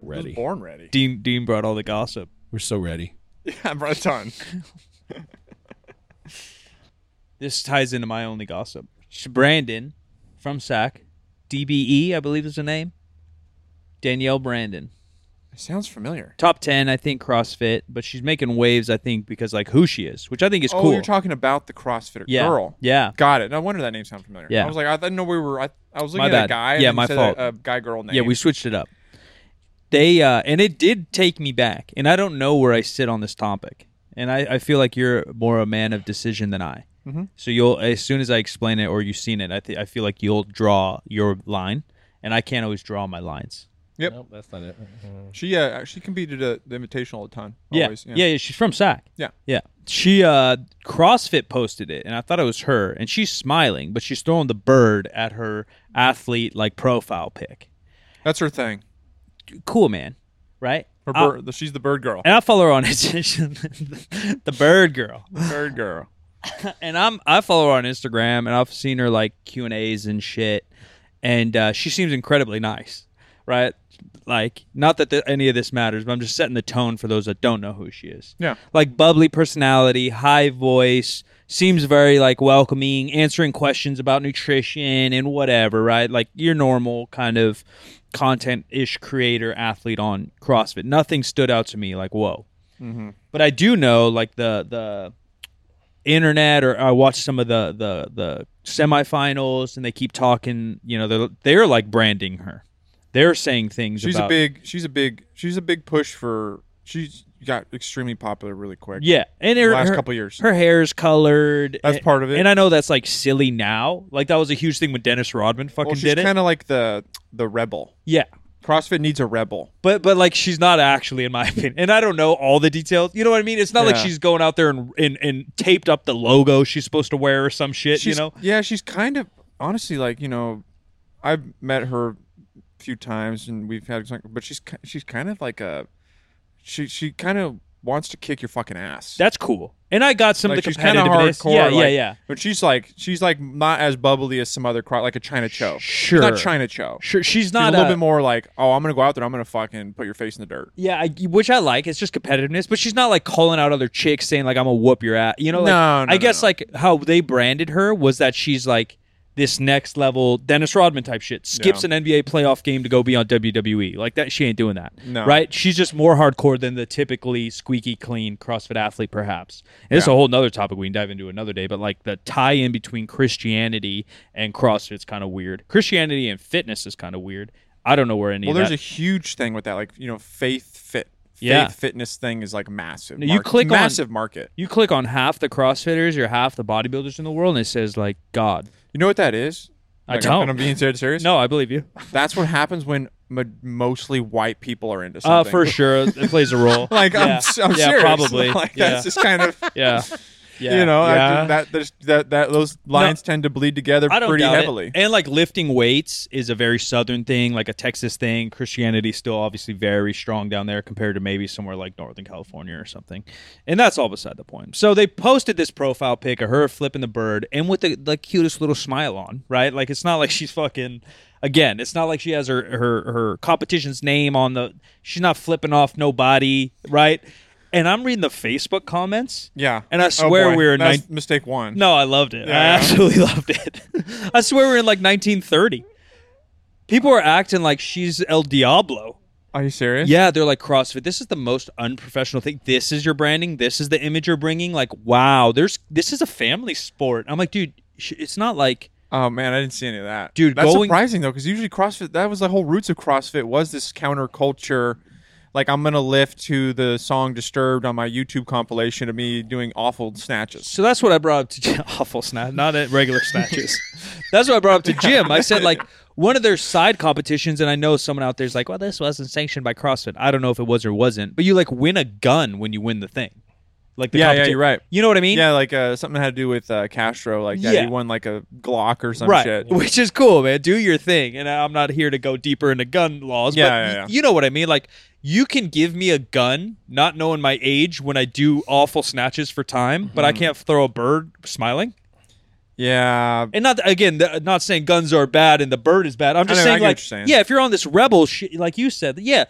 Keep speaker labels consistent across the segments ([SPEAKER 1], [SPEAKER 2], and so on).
[SPEAKER 1] was
[SPEAKER 2] ready.
[SPEAKER 1] born ready.
[SPEAKER 3] Dean Dean brought all the gossip.
[SPEAKER 2] We're so ready.
[SPEAKER 1] Yeah, I brought a ton.
[SPEAKER 3] This ties into my only gossip. Sh- Brandon from SAC, DBE, I believe is the name. Danielle Brandon.
[SPEAKER 1] sounds familiar.
[SPEAKER 3] Top 10, I think, CrossFit, but she's making waves, I think, because like who she is, which I think is
[SPEAKER 1] oh,
[SPEAKER 3] cool.
[SPEAKER 1] you're talking about the CrossFitter
[SPEAKER 3] yeah.
[SPEAKER 1] girl.
[SPEAKER 3] Yeah.
[SPEAKER 1] Got it. No wonder that name sounded familiar.
[SPEAKER 3] Yeah.
[SPEAKER 1] I was like, I didn't know we were. I, I was
[SPEAKER 3] My
[SPEAKER 1] looking at
[SPEAKER 3] bad.
[SPEAKER 1] a guy.
[SPEAKER 3] Yeah,
[SPEAKER 1] and
[SPEAKER 3] my
[SPEAKER 1] said
[SPEAKER 3] fault.
[SPEAKER 1] A, guy girl name.
[SPEAKER 3] Yeah, we switched it up. They uh and it did take me back. And I don't know where I sit on this topic. And I, I feel like you're more a man of decision than I.
[SPEAKER 1] Mhm.
[SPEAKER 3] So you'll as soon as I explain it or you've seen it, I th- I feel like you'll draw your line, and I can't always draw my lines.
[SPEAKER 1] Yep.
[SPEAKER 2] Nope, that's not it.
[SPEAKER 1] She uh, she competed at the Invitational a ton.
[SPEAKER 3] Yeah.
[SPEAKER 1] Always.
[SPEAKER 3] yeah, yeah, she's from SAC.
[SPEAKER 1] Yeah.
[SPEAKER 3] yeah. She uh CrossFit posted it, and I thought it was her, and she's smiling, but she's throwing the bird at her athlete like profile pic.
[SPEAKER 1] That's her thing.
[SPEAKER 3] Cool, man, right?
[SPEAKER 1] Her
[SPEAKER 3] I'll-
[SPEAKER 1] bird, the, she's the bird girl.
[SPEAKER 3] and I follow her on Instagram, the bird girl.
[SPEAKER 1] Bird girl.
[SPEAKER 3] And I'm I follow her on Instagram, and I've seen her like Q and A's and shit, and uh, she seems incredibly nice, right? Like, not that th- any of this matters, but I'm just setting the tone for those that don't know who she is.
[SPEAKER 1] Yeah.
[SPEAKER 3] Like bubbly personality, high voice, seems very like welcoming, answering questions about nutrition and whatever, right? Like your normal kind of content ish creator athlete on CrossFit. Nothing stood out to me like whoa.
[SPEAKER 1] Mhm.
[SPEAKER 3] But I do know like the the internet or I watch some of the the the semifinals and they keep talking. You know they're they're like branding her. They're saying things.
[SPEAKER 1] She's
[SPEAKER 3] about,
[SPEAKER 1] a big. She's a big. She's a big push for. She's got extremely popular really quick.
[SPEAKER 3] yeah, and
[SPEAKER 1] The
[SPEAKER 3] her,
[SPEAKER 1] last
[SPEAKER 3] her,
[SPEAKER 1] couple years.
[SPEAKER 3] her hair is colored.
[SPEAKER 1] That's
[SPEAKER 3] and,
[SPEAKER 1] part of it.
[SPEAKER 3] And I know that's like silly now. Like that was a huge thing when Dennis Rodman fucking
[SPEAKER 1] well, she's
[SPEAKER 3] did it.
[SPEAKER 1] kind of like the the rebel.
[SPEAKER 3] yeah.
[SPEAKER 1] CrossFit needs a rebel.
[SPEAKER 3] But but like she's not actually in my opinion. And I don't know all the details. You know what I mean? It's not like
[SPEAKER 1] Yeah.
[SPEAKER 3] she's going out there and, and and taped up the logo she's supposed to wear or some shit,
[SPEAKER 1] She's-
[SPEAKER 3] you know?
[SPEAKER 1] Yeah, she's kind of honestly like you know, I've met her a few times and we've had, some- but she's ki- she's kind of like a, she she kind of wants to kick your fucking ass.
[SPEAKER 3] That's cool. And I got some
[SPEAKER 1] like
[SPEAKER 3] of the
[SPEAKER 1] she's kind of
[SPEAKER 3] competitiveness.
[SPEAKER 1] hardcore.
[SPEAKER 3] yeah, yeah,
[SPEAKER 1] like-
[SPEAKER 3] yeah.
[SPEAKER 1] But she's like she's like not as bubbly as some other crowd, like a China Cho.
[SPEAKER 3] Sure.
[SPEAKER 1] She's not China Cho.
[SPEAKER 3] Sure, she's
[SPEAKER 1] She's
[SPEAKER 3] not
[SPEAKER 1] a
[SPEAKER 3] uh,
[SPEAKER 1] little
[SPEAKER 3] a-
[SPEAKER 1] bit more like, oh, I'm gonna go out there, I'm gonna fucking put your face in the dirt.
[SPEAKER 3] Yeah, I, which I like. It's just competitiveness, but she's not like calling out other chicks saying like I'm gonna whoop your ass. You know, like,
[SPEAKER 1] No, no,
[SPEAKER 3] I
[SPEAKER 1] no,
[SPEAKER 3] guess
[SPEAKER 1] no.
[SPEAKER 3] like how they branded her was that she's like this next level Dennis Rodman type shit. Skips an NBA playoff game to go be on WWE. E. Like that, she ain't doing that.
[SPEAKER 1] No.
[SPEAKER 3] right? She's just more hardcore than the typically squeaky clean CrossFit athlete, perhaps. And It's a
[SPEAKER 1] Yeah.
[SPEAKER 3] whole nother topic we can dive into another day, but like the tie in between Christianity and CrossFit's kind of weird. Christianity and fitness is kind of weird. I don't know where any
[SPEAKER 1] Well,
[SPEAKER 3] of
[SPEAKER 1] there's
[SPEAKER 3] that-
[SPEAKER 1] a huge thing with that, like you know, faith fit. Faith
[SPEAKER 3] Yeah.
[SPEAKER 1] fitness thing is like massive.
[SPEAKER 3] No, you
[SPEAKER 1] market-
[SPEAKER 3] click on-
[SPEAKER 1] massive market.
[SPEAKER 3] you click on half the CrossFitters or half the bodybuilders in the world, and it says like God.
[SPEAKER 1] You know what that is?
[SPEAKER 3] I
[SPEAKER 1] Like,
[SPEAKER 3] don't.
[SPEAKER 1] I'm, I'm being dead serious.
[SPEAKER 3] No, I believe you.
[SPEAKER 1] that's what happens when mo- mostly white people are into
[SPEAKER 3] Uh,
[SPEAKER 1] something.
[SPEAKER 3] for sure, it plays a role.
[SPEAKER 1] Like
[SPEAKER 3] yeah.
[SPEAKER 1] I'm, s- I'm
[SPEAKER 3] yeah,
[SPEAKER 1] serious.
[SPEAKER 3] probably.
[SPEAKER 1] Like
[SPEAKER 3] yeah.
[SPEAKER 1] that's just kind of
[SPEAKER 3] yeah, yeah,
[SPEAKER 1] you know I
[SPEAKER 3] yeah.
[SPEAKER 1] just- that there's that that those lines tend to bleed together
[SPEAKER 3] I don't
[SPEAKER 1] pretty
[SPEAKER 3] doubt it.
[SPEAKER 1] heavily.
[SPEAKER 3] And like lifting weights is a very southern thing, like a Texas thing. Christianity's still obviously very strong down there compared to maybe somewhere like Northern California or something. And that's all beside the point. So they posted this profile pic of her flipping the bird and with the, the cutest little smile on, right? Like it's not like she's fucking again, it's not like she has her her her competition's name on the she's not flipping off nobody, right? And I'm reading the Facebook comments.
[SPEAKER 1] Yeah.
[SPEAKER 3] And I
[SPEAKER 1] Oh,
[SPEAKER 3] swear
[SPEAKER 1] boy.
[SPEAKER 3] we were
[SPEAKER 1] That's
[SPEAKER 3] nine-
[SPEAKER 1] mistake one.
[SPEAKER 3] No, I loved it. I
[SPEAKER 1] Yeah.
[SPEAKER 3] absolutely loved it. I swear we're in like 1930. People are acting like she's El Diablo.
[SPEAKER 1] Are you serious?
[SPEAKER 3] Yeah, they're like CrossFit. This is the most unprofessional thing. This is your branding. This is the image you're bringing. Like, wow, there's this is a family sport. I'm like, dude, sh- it's not like
[SPEAKER 1] Oh man, I didn't see any of that.
[SPEAKER 3] Dude,
[SPEAKER 1] that's
[SPEAKER 3] going-
[SPEAKER 1] surprising though, because usually CrossFit that was the whole roots of CrossFit was this counterculture. Like I'm gonna lift to the song Disturbed on my YouTube compilation of me doing awful snatches.
[SPEAKER 3] So that's what I brought up to Jim. Awful snatch, not at regular snatches. that's what I brought up to Jim. I said like one of their side competitions, and I know someone out there's like, well, this wasn't sanctioned by CrossFit. I don't know if it was or wasn't, but you like win a gun when you win the thing. Like the
[SPEAKER 1] Yeah, yeah,
[SPEAKER 3] competi-
[SPEAKER 1] you're right.
[SPEAKER 3] You know what I mean?
[SPEAKER 1] Yeah, like uh, something had to do with uh, Castro. Like that,
[SPEAKER 3] Yeah.
[SPEAKER 1] he won like a Glock or some
[SPEAKER 3] right.
[SPEAKER 1] shit.
[SPEAKER 3] Which is cool, man. Do your thing, and I'm not here to go deeper into gun laws.
[SPEAKER 1] Yeah,
[SPEAKER 3] but
[SPEAKER 1] yeah,
[SPEAKER 3] y-
[SPEAKER 1] yeah.
[SPEAKER 3] you know what I mean. Like you can give me a gun, not knowing my age, when I do awful snatches for time, but
[SPEAKER 1] Mm-hmm.
[SPEAKER 3] I can't throw a bird smiling.
[SPEAKER 1] Yeah,
[SPEAKER 3] and not again th- not saying guns are bad and the bird is bad i'm just
[SPEAKER 1] know, I
[SPEAKER 3] saying
[SPEAKER 1] get what
[SPEAKER 3] like
[SPEAKER 1] you're saying.
[SPEAKER 3] yeah if you're on this rebel shit like you said yeah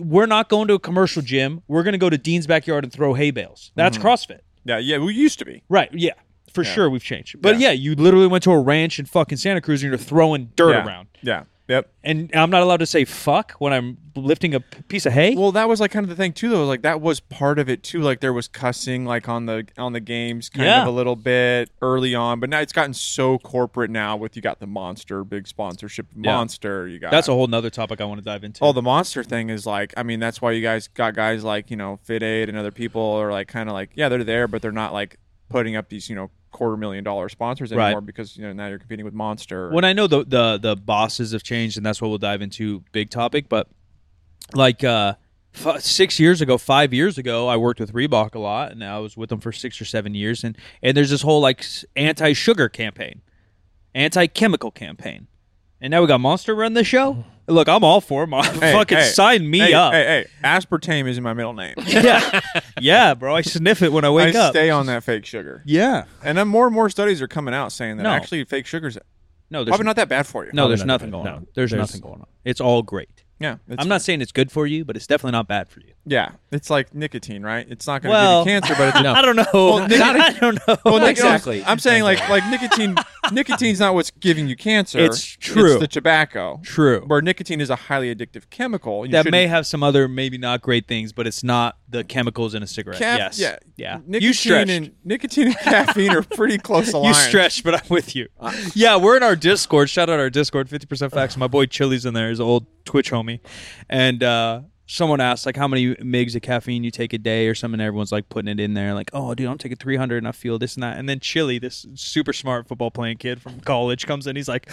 [SPEAKER 3] we're not going to a commercial gym. We're going to go to Dean's backyard and throw hay bales. That's CrossFit.
[SPEAKER 1] Yeah, yeah, we used to be.
[SPEAKER 3] Right. Yeah. For
[SPEAKER 1] Mm-hmm. Yeah.
[SPEAKER 3] sure, we've changed. But
[SPEAKER 1] Yeah.
[SPEAKER 3] yeah. you literally went to a ranch in fucking Santa Cruz and you're throwing dirt
[SPEAKER 1] yeah.
[SPEAKER 3] around.
[SPEAKER 1] Yeah. Yep.
[SPEAKER 3] And I'm not allowed to say fuck when I'm lifting a p- piece of hay.
[SPEAKER 1] Well, that was like kind of the thing too, though. Like that was part of it too. Like there was cussing, like on the on the games, kind
[SPEAKER 3] Yeah.
[SPEAKER 1] of a little bit early on. But now it's gotten so corporate now. With you got the monster, big sponsorship,
[SPEAKER 3] Yeah.
[SPEAKER 1] monster. You got
[SPEAKER 3] That's a whole nother topic I want to dive into.
[SPEAKER 1] Oh, the monster thing is like, I mean, that's why you guys got guys like, you know, Fit Aid and other people are like, kind of like, yeah, they're there, but they're not like putting up these, you know, quarter million dollar sponsors
[SPEAKER 3] Right.
[SPEAKER 1] anymore because, you know, now you're competing with Monster.
[SPEAKER 3] when I know the, the the bosses have changed, and that's what we'll dive into big topic. But like uh, f- six years ago, five years ago, I worked with Reebok a lot, and I was with them for six or seven years. And and there's this whole like s- anti-sugar campaign, anti-chemical campaign, and now we got Monster run the show. Look, I'm all for Monster.
[SPEAKER 1] Mm-hmm. Hey,
[SPEAKER 3] Fucking
[SPEAKER 1] hey,
[SPEAKER 3] sign me
[SPEAKER 1] hey,
[SPEAKER 3] up.
[SPEAKER 1] Hey, hey, aspartame is my middle name.
[SPEAKER 3] yeah, yeah, bro. I sniff it when I
[SPEAKER 1] I
[SPEAKER 3] wake up.
[SPEAKER 1] stay on that fake sugar.
[SPEAKER 3] yeah.
[SPEAKER 1] And then more and more studies are coming out saying that
[SPEAKER 3] No.
[SPEAKER 1] actually fake sugar's
[SPEAKER 3] No, there's
[SPEAKER 1] probably not that bad for you.
[SPEAKER 3] no,
[SPEAKER 2] Probably
[SPEAKER 3] there's
[SPEAKER 2] not
[SPEAKER 3] nothing
[SPEAKER 2] that
[SPEAKER 3] going
[SPEAKER 2] bad.
[SPEAKER 3] on.
[SPEAKER 2] No,
[SPEAKER 3] There's,
[SPEAKER 2] there's-
[SPEAKER 3] nothing going on. It's all great.
[SPEAKER 1] Yeah. it's
[SPEAKER 3] I'm not saying it's good for you, but it's definitely not bad for you.
[SPEAKER 1] Yeah. It's like nicotine, right? It's not going to
[SPEAKER 3] Well-
[SPEAKER 1] give you cancer, but it's
[SPEAKER 2] No.
[SPEAKER 3] I don't know.
[SPEAKER 1] Nick-
[SPEAKER 3] I don't know.
[SPEAKER 1] Well, nic-
[SPEAKER 2] exactly.
[SPEAKER 1] I'm saying like like nicotine. nicotine's not what's giving you cancer.
[SPEAKER 3] It's true.
[SPEAKER 1] It's the tobacco.
[SPEAKER 3] True.
[SPEAKER 1] Where nicotine is a highly addictive chemical. and you
[SPEAKER 3] That may
[SPEAKER 1] shouldn't-
[SPEAKER 3] have some other maybe not great things, but it's not the chemicals in a cigarette.
[SPEAKER 1] Caf-
[SPEAKER 3] yes.
[SPEAKER 1] Yeah.
[SPEAKER 3] Yeah.
[SPEAKER 1] Nicotine
[SPEAKER 3] you stretched.
[SPEAKER 1] and nicotine and caffeine are pretty close aligned.
[SPEAKER 3] you stretched, but I'm with you.
[SPEAKER 1] Uh,
[SPEAKER 3] yeah, we're in our Discord. Shout out our Discord, 50% Facts. My boy Chili's in there. He's an old Twitch homie. And uh, someone asked, like, how many migs of caffeine you take a day or something. And everyone's, like, putting it in there. Like, oh, dude, I'm taking 300 and I feel this and that. And then Chili, this super smart football playing kid from college, comes in. He's like,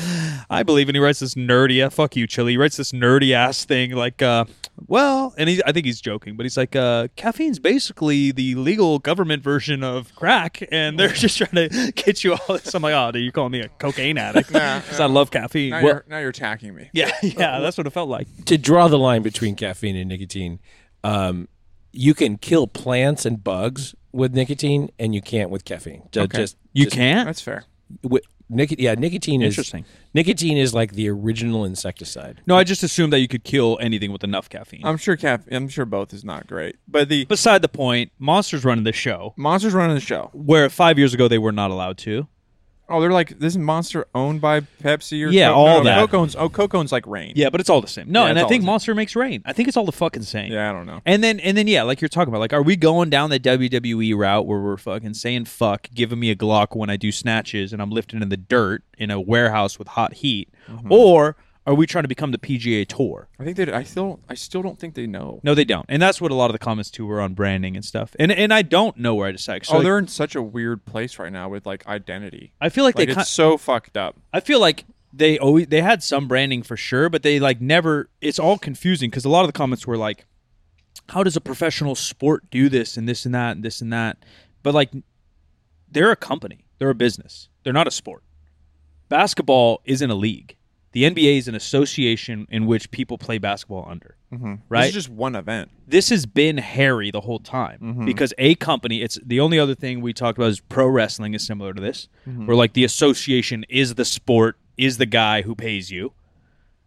[SPEAKER 3] I believe. And he writes this nerdy, uh, fuck you, Chili. He writes this nerdy ass thing, like, uh, well, and he, I think he's joking, but he's like, uh, caffeine's basically the legal government version of crack, and they're just trying to get you all this. I'm like, oh, dude, you're calling me a cocaine addict
[SPEAKER 1] Nah,
[SPEAKER 3] because I love caffeine.
[SPEAKER 1] Now,
[SPEAKER 3] Well,
[SPEAKER 1] you're, now you're attacking me.
[SPEAKER 3] yeah, yeah, that's what it felt like.
[SPEAKER 2] to draw the line between caffeine and nicotine, um, you can kill plants and bugs with nicotine, and you can't with caffeine. Ju-
[SPEAKER 1] Okay.
[SPEAKER 2] Just
[SPEAKER 3] You
[SPEAKER 2] just-
[SPEAKER 3] can't.
[SPEAKER 1] That's fair.
[SPEAKER 2] wi- nic- yeah, nicotine is
[SPEAKER 3] Interesting.
[SPEAKER 2] Nicotine is like the original insecticide.
[SPEAKER 3] no, I just assumed that you could kill anything with enough caffeine.
[SPEAKER 1] I'm sure caf- I'm sure both is not great, but the
[SPEAKER 3] Beside the point, Monsters running this show,
[SPEAKER 1] monsters running the show.
[SPEAKER 3] where five years ago they were not allowed to.
[SPEAKER 1] Oh, they're like this monster owned by Pepsi or
[SPEAKER 3] Yeah,
[SPEAKER 1] Coke-
[SPEAKER 3] all
[SPEAKER 1] no,
[SPEAKER 3] that.
[SPEAKER 1] Coke owns, oh, Coke owns like rain.
[SPEAKER 3] Yeah, but it's all the same. No,
[SPEAKER 1] Yeah,
[SPEAKER 3] and
[SPEAKER 1] it's
[SPEAKER 3] I
[SPEAKER 1] all
[SPEAKER 3] think
[SPEAKER 1] the same.
[SPEAKER 3] Monster makes rain. I think it's all the fucking same.
[SPEAKER 1] yeah. I don't know.
[SPEAKER 3] And then and then yeah, like you're talking about, like are we going down the WWE E route where we're fucking saying fuck, giving me a Glock when I do snatches and I'm lifting in the dirt in a warehouse with hot heat,
[SPEAKER 1] Mm-hmm.
[SPEAKER 3] or are we trying to become the PGA Tour?
[SPEAKER 1] I think that I still I still don't think they know.
[SPEAKER 3] No, they don't, and that's what a lot of the comments too were on branding and stuff. And and I don't know where I decide. So
[SPEAKER 1] oh,
[SPEAKER 3] like,
[SPEAKER 1] they're in such a weird place right now with like identity.
[SPEAKER 3] I feel like,
[SPEAKER 1] Like
[SPEAKER 3] they.
[SPEAKER 1] it's
[SPEAKER 3] Con-
[SPEAKER 1] so fucked up.
[SPEAKER 3] I feel like they always they had some branding for sure, but they like never. It's all confusing because a lot of the comments were like, "How does a professional sport do this and this and that and this and that?" But like, they're a company. They're a business. They're not a sport. Basketball isn't a league. The NBA is an association in which people play basketball under. Right?
[SPEAKER 1] Mm-hmm. This is just one event.
[SPEAKER 3] this has been hairy the whole time because a company it's the only other thing we talked about is pro wrestling is similar to this where like the association is the sport is the guy who pays you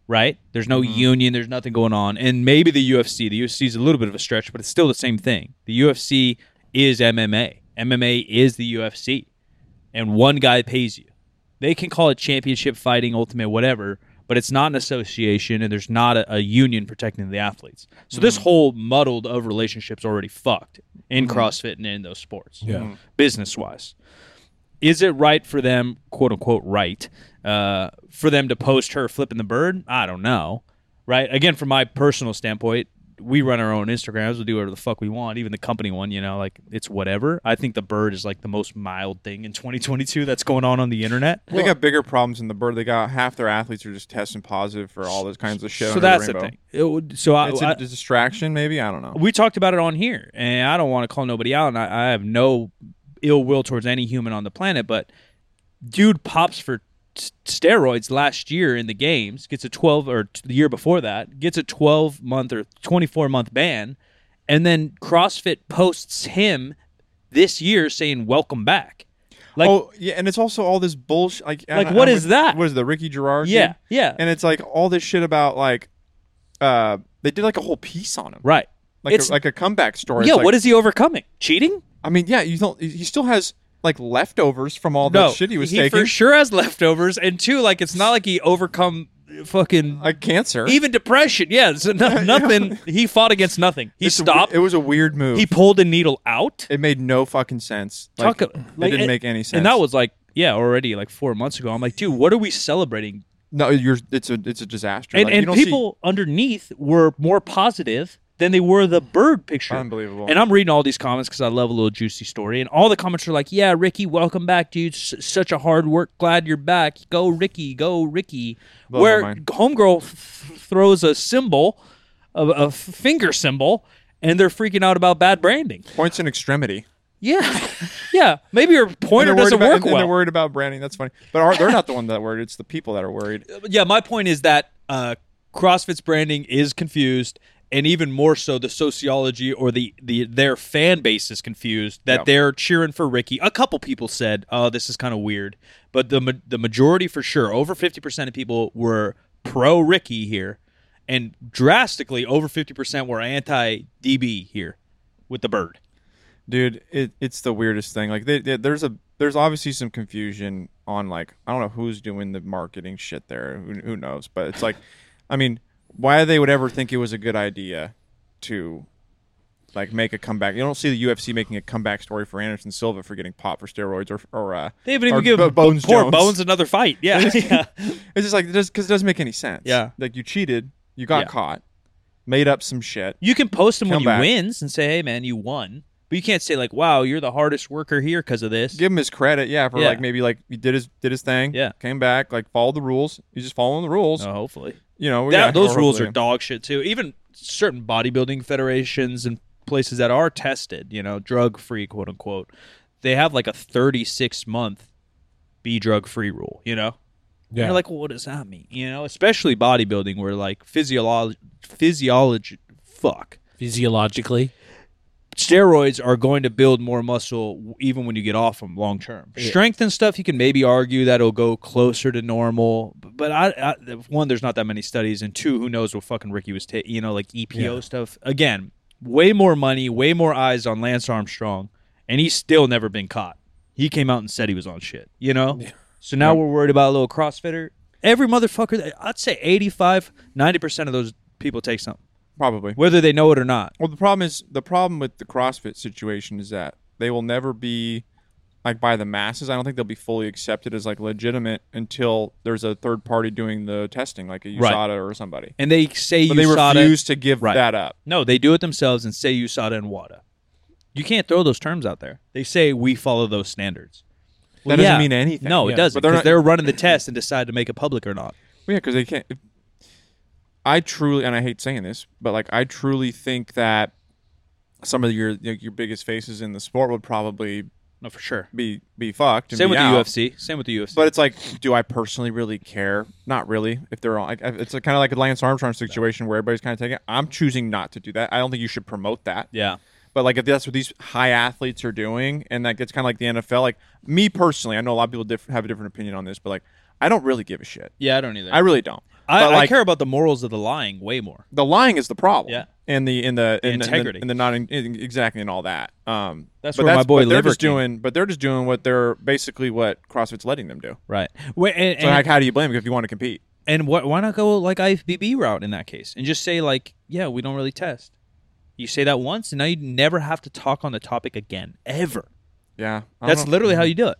[SPEAKER 3] right there's no union there's nothing going on and maybe the UFC the UFC is a little bit of a stretch but it's still the same thing the UFC is MMA MMA is the UFC and one guy pays you they can call it championship fighting, ultimate, whatever, but it's not an association and there's not a, a union protecting the athletes. So this whole muddled of relationships already fucked in CrossFit and in those sports,
[SPEAKER 2] Yeah.
[SPEAKER 3] business wise. Is it right for them, quote unquote, right, uh, for them to post her flipping the bird? I don't know, right? Again, from my personal standpoint, we run our own Instagrams. We do whatever the fuck we want, even the company one. You know, like it's whatever. I think the bird is like the most mild thing in 2022 that's going on on the internet.
[SPEAKER 1] they got bigger problems than the bird. They got half their athletes are just testing positive for all those kinds of shit.
[SPEAKER 3] So
[SPEAKER 1] under
[SPEAKER 3] that's the
[SPEAKER 1] rainbow.
[SPEAKER 3] thing. It would- so I,
[SPEAKER 1] It's a,
[SPEAKER 3] I-
[SPEAKER 1] it's a distraction, maybe. I don't know.
[SPEAKER 3] we talked about it on here, and I don't want to call nobody out, and I, I have no ill will towards any human on the planet, but dude pops for s- steroids last year in the games, gets a 12 or t- the year before that, gets a 12 month or 24 month ban, and then CrossFit posts him this year saying "Welcome back." Like,
[SPEAKER 1] oh yeah, and it's also all this bullshit. Like,
[SPEAKER 3] Like,
[SPEAKER 1] what is
[SPEAKER 3] what is that?
[SPEAKER 1] What is the Ricky Gerard?
[SPEAKER 3] yeah,
[SPEAKER 1] kid?
[SPEAKER 3] yeah,
[SPEAKER 1] And it's like all this shit about like uh, they did like a whole piece on him,
[SPEAKER 3] Right.
[SPEAKER 1] Like
[SPEAKER 3] It's-
[SPEAKER 1] a, like a comeback story.
[SPEAKER 3] yeah.
[SPEAKER 1] It's like-
[SPEAKER 3] what is he overcoming? Cheating?
[SPEAKER 1] I mean, yeah, you don't. He still has like leftovers from all
[SPEAKER 3] No.
[SPEAKER 1] that shit he was
[SPEAKER 3] he
[SPEAKER 1] taking,
[SPEAKER 3] for sure has leftovers. And two, like it's not like he overcome fucking
[SPEAKER 1] like cancer.
[SPEAKER 3] even depression. Yeah. It's no, nothing. He fought against nothing. He
[SPEAKER 1] It's a w-
[SPEAKER 3] stopped.
[SPEAKER 1] it was a weird move.
[SPEAKER 3] he pulled the needle out.
[SPEAKER 1] it made no fucking sense. Like,
[SPEAKER 3] Talk a-
[SPEAKER 1] it
[SPEAKER 3] like,
[SPEAKER 1] didn't
[SPEAKER 3] and-
[SPEAKER 1] make any sense.
[SPEAKER 3] And that was like, yeah, already like four months ago. I'm like, dude, what are we celebrating?
[SPEAKER 1] no. You're it's a it's a disaster.
[SPEAKER 3] And,
[SPEAKER 1] Like, you
[SPEAKER 3] and
[SPEAKER 1] don't see-
[SPEAKER 3] people underneath were more positive than they were the bird picture.
[SPEAKER 1] Unbelievable.
[SPEAKER 3] And I'm reading all these comments because I love a little juicy story. And all the comments are like, yeah, Ricky, welcome back, dude. S- such a hard work. Glad you're back. Go, Ricky. Go, Ricky.
[SPEAKER 1] Blows my
[SPEAKER 3] Where
[SPEAKER 1] mind.
[SPEAKER 3] Homegirl f- f- throws a symbol, a, a finger symbol, and they're freaking out about bad branding.
[SPEAKER 1] points in extremity.
[SPEAKER 3] Yeah. yeah. Maybe your
[SPEAKER 1] And
[SPEAKER 3] pointer
[SPEAKER 1] they're worried
[SPEAKER 3] doesn't
[SPEAKER 1] about,
[SPEAKER 3] work
[SPEAKER 1] and, and
[SPEAKER 3] well.
[SPEAKER 1] they're worried about branding. That's funny. But are, they're not the one that worried. It's the people that are worried.
[SPEAKER 3] yeah, my point is that uh, CrossFit's branding is confused, and even more so, the sociology or the, the their fan base is confused. That
[SPEAKER 1] Yeah.
[SPEAKER 3] they're cheering for Ricky. A couple people said, "Oh, this is kind of weird," but the ma- the majority, for sure, over fifty percent of people were pro Ricky here, and drastically over fifty percent were anti DB here with the bird.
[SPEAKER 1] dude it, it's the weirdest thing like they, they- there's a there's obviously some confusion on like i don't know who's doing the marketing shit there who, who knows but it's like i mean why they would ever think it was a good idea to like make a comeback you don't see the ufc making a comeback story for anderson silva for getting popped for steroids or or uh
[SPEAKER 3] They haven't
[SPEAKER 1] or
[SPEAKER 3] even given
[SPEAKER 1] Bo- bones
[SPEAKER 3] poor
[SPEAKER 1] Jones.
[SPEAKER 3] Bones another fight. Yeah, yeah.
[SPEAKER 1] it's just like because it doesn't make any sense
[SPEAKER 3] Yeah.
[SPEAKER 1] like you cheated you got
[SPEAKER 3] Yeah.
[SPEAKER 1] caught made up some shit
[SPEAKER 3] You can post him when
[SPEAKER 1] Come
[SPEAKER 3] he
[SPEAKER 1] back.
[SPEAKER 3] wins and say, "Hey, man, you won." But you can't say like, "Wow, you're the hardest worker here because of this."
[SPEAKER 1] give him his credit, yeah, for
[SPEAKER 3] Yeah.
[SPEAKER 1] like maybe like he did his did his thing,
[SPEAKER 3] Yeah.
[SPEAKER 1] came back, like followed the rules. He's just following the rules,
[SPEAKER 3] No, Oh, hopefully,
[SPEAKER 1] you know.
[SPEAKER 3] That-
[SPEAKER 1] yeah,
[SPEAKER 3] those
[SPEAKER 1] or
[SPEAKER 3] rules are
[SPEAKER 1] hopefully-
[SPEAKER 3] dog shit too. Even certain bodybuilding federations and places that are tested, you know, drug free, quote unquote, they have like a 36 month be drug free rule. You know,
[SPEAKER 2] Yeah.
[SPEAKER 3] you're like, well, what does that mean? You know, especially bodybuilding, where like physiology, physiology, fuck.
[SPEAKER 2] Physiologically.
[SPEAKER 3] steroids are going to build more muscle w- even when you get off them long term. Strength and stuff, you can maybe argue that it'll go closer to normal, b- but I, I one, there's not that many studies, and two, who knows what fucking Ricky was taking, you know, like EPO stuff. Again, way more money, way more eyes on Lance Armstrong, and he's still never been caught. He came out and said he was on shit, you know? So now we're worried about a little CrossFitter. Every motherfucker, that- I'd say 85, 90% of those people take something,
[SPEAKER 1] probably.
[SPEAKER 3] whether they know it or not.
[SPEAKER 1] Well, the problem is the problem with the CrossFit situation is that they will never be like by the masses. I don't think they'll be fully accepted as like legitimate until there's a third party doing the testing, like a USADA
[SPEAKER 3] Right.
[SPEAKER 1] or somebody.
[SPEAKER 3] And they say
[SPEAKER 1] But
[SPEAKER 3] you
[SPEAKER 1] they
[SPEAKER 3] saw that-
[SPEAKER 1] refuse to give
[SPEAKER 3] Right.
[SPEAKER 1] that up.
[SPEAKER 3] No, they do it themselves and say USADA and WADA. You can't throw those terms out there. They say we follow those standards.
[SPEAKER 1] That doesn't mean anything.
[SPEAKER 3] No, it
[SPEAKER 1] Yeah.
[SPEAKER 3] doesn't.
[SPEAKER 1] But they're
[SPEAKER 3] Because
[SPEAKER 1] not-
[SPEAKER 3] they're, running the test and decide to make it public or not.
[SPEAKER 1] Well, yeah, because they can't. if- I truly, and I hate saying this, but like I truly think that some of your like, your biggest faces in the sport would probably
[SPEAKER 3] No, for sure.
[SPEAKER 1] be be fucked. And
[SPEAKER 3] Same
[SPEAKER 1] be
[SPEAKER 3] with
[SPEAKER 1] out.
[SPEAKER 3] the UFC. Same with the UFC.
[SPEAKER 1] But it's like, do I personally really care? Not really. If they're on, like, it's kind of like a Lance Armstrong situation where everybody's kind of taking. it. I'm choosing not to do that. I don't think you should promote that.
[SPEAKER 3] yeah.
[SPEAKER 1] But like, if that's what these high athletes are doing, and like it's kind of like the NFL. Like me personally, I know a lot of people diff- have a different opinion on this, but like, I don't really give a shit.
[SPEAKER 3] Yeah, I don't either.
[SPEAKER 1] I really don't.
[SPEAKER 3] I,
[SPEAKER 1] but,
[SPEAKER 3] I
[SPEAKER 1] like,
[SPEAKER 3] care about the morals of the lying way more.
[SPEAKER 1] the lying is the problem.
[SPEAKER 3] Yeah.
[SPEAKER 1] And the in the, in the- in the
[SPEAKER 3] integrity.
[SPEAKER 1] and the not in, in- exactly and all that. Um,
[SPEAKER 3] That's
[SPEAKER 1] but
[SPEAKER 3] where my boy
[SPEAKER 1] but they're
[SPEAKER 3] Liver
[SPEAKER 1] just
[SPEAKER 3] came.
[SPEAKER 1] doing, but they're just doing what they're basically what CrossFit's letting them do.
[SPEAKER 3] Right. Wait, and,
[SPEAKER 1] So
[SPEAKER 3] and-
[SPEAKER 1] like, how do you blame them if you want to compete?
[SPEAKER 3] And what, why not go like IFBB route in that case and just say like, yeah, we don't really test. You say that once, and now you never have to talk on the topic again ever.
[SPEAKER 1] Yeah, I don't
[SPEAKER 3] That's
[SPEAKER 1] know.
[SPEAKER 3] literally how you do it.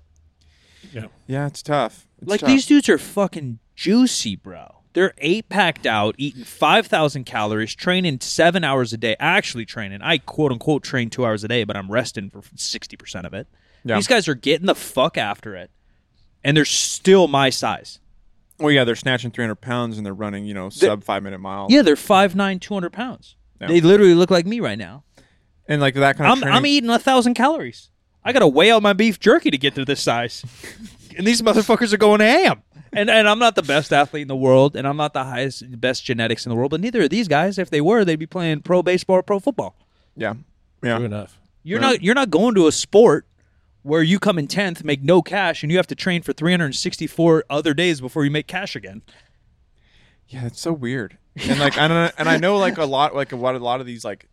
[SPEAKER 1] yeah, it's tough. It's
[SPEAKER 3] like
[SPEAKER 1] tough.
[SPEAKER 3] these dudes are fucking juicy, bro. They're eight packed out, eating five thousand calories, training seven hours a day. Actually, training. I quote unquote train two hours a day, but I'm resting for sixty percent of it.
[SPEAKER 1] Yeah.
[SPEAKER 3] These guys are getting the fuck after it, and they're still my size.
[SPEAKER 1] Well, yeah, they're snatching 300 pounds and they're running, you know, sub five minute miles.
[SPEAKER 3] Yeah, they're five nine, two hundred pounds.
[SPEAKER 1] Yeah.
[SPEAKER 3] They literally look like me right now.
[SPEAKER 1] and like that kind of.
[SPEAKER 3] I'm, I'm eating a thousand calories. I gotta weigh out my beef jerky to get to this size, and these motherfuckers are going ham. And and I'm not the best athlete in the world, and I'm not the highest best genetics in the world. But neither of these guys, if they were, they'd be playing pro baseball, or pro football.
[SPEAKER 1] yeah, yeah.
[SPEAKER 2] True enough.
[SPEAKER 3] You're not you're not going to a sport where you come in tenth, make no cash, and you have to train for 364 other days before you make cash again.
[SPEAKER 1] Yeah, it's so weird. and like I don't and I know like a lot like what a lot of these like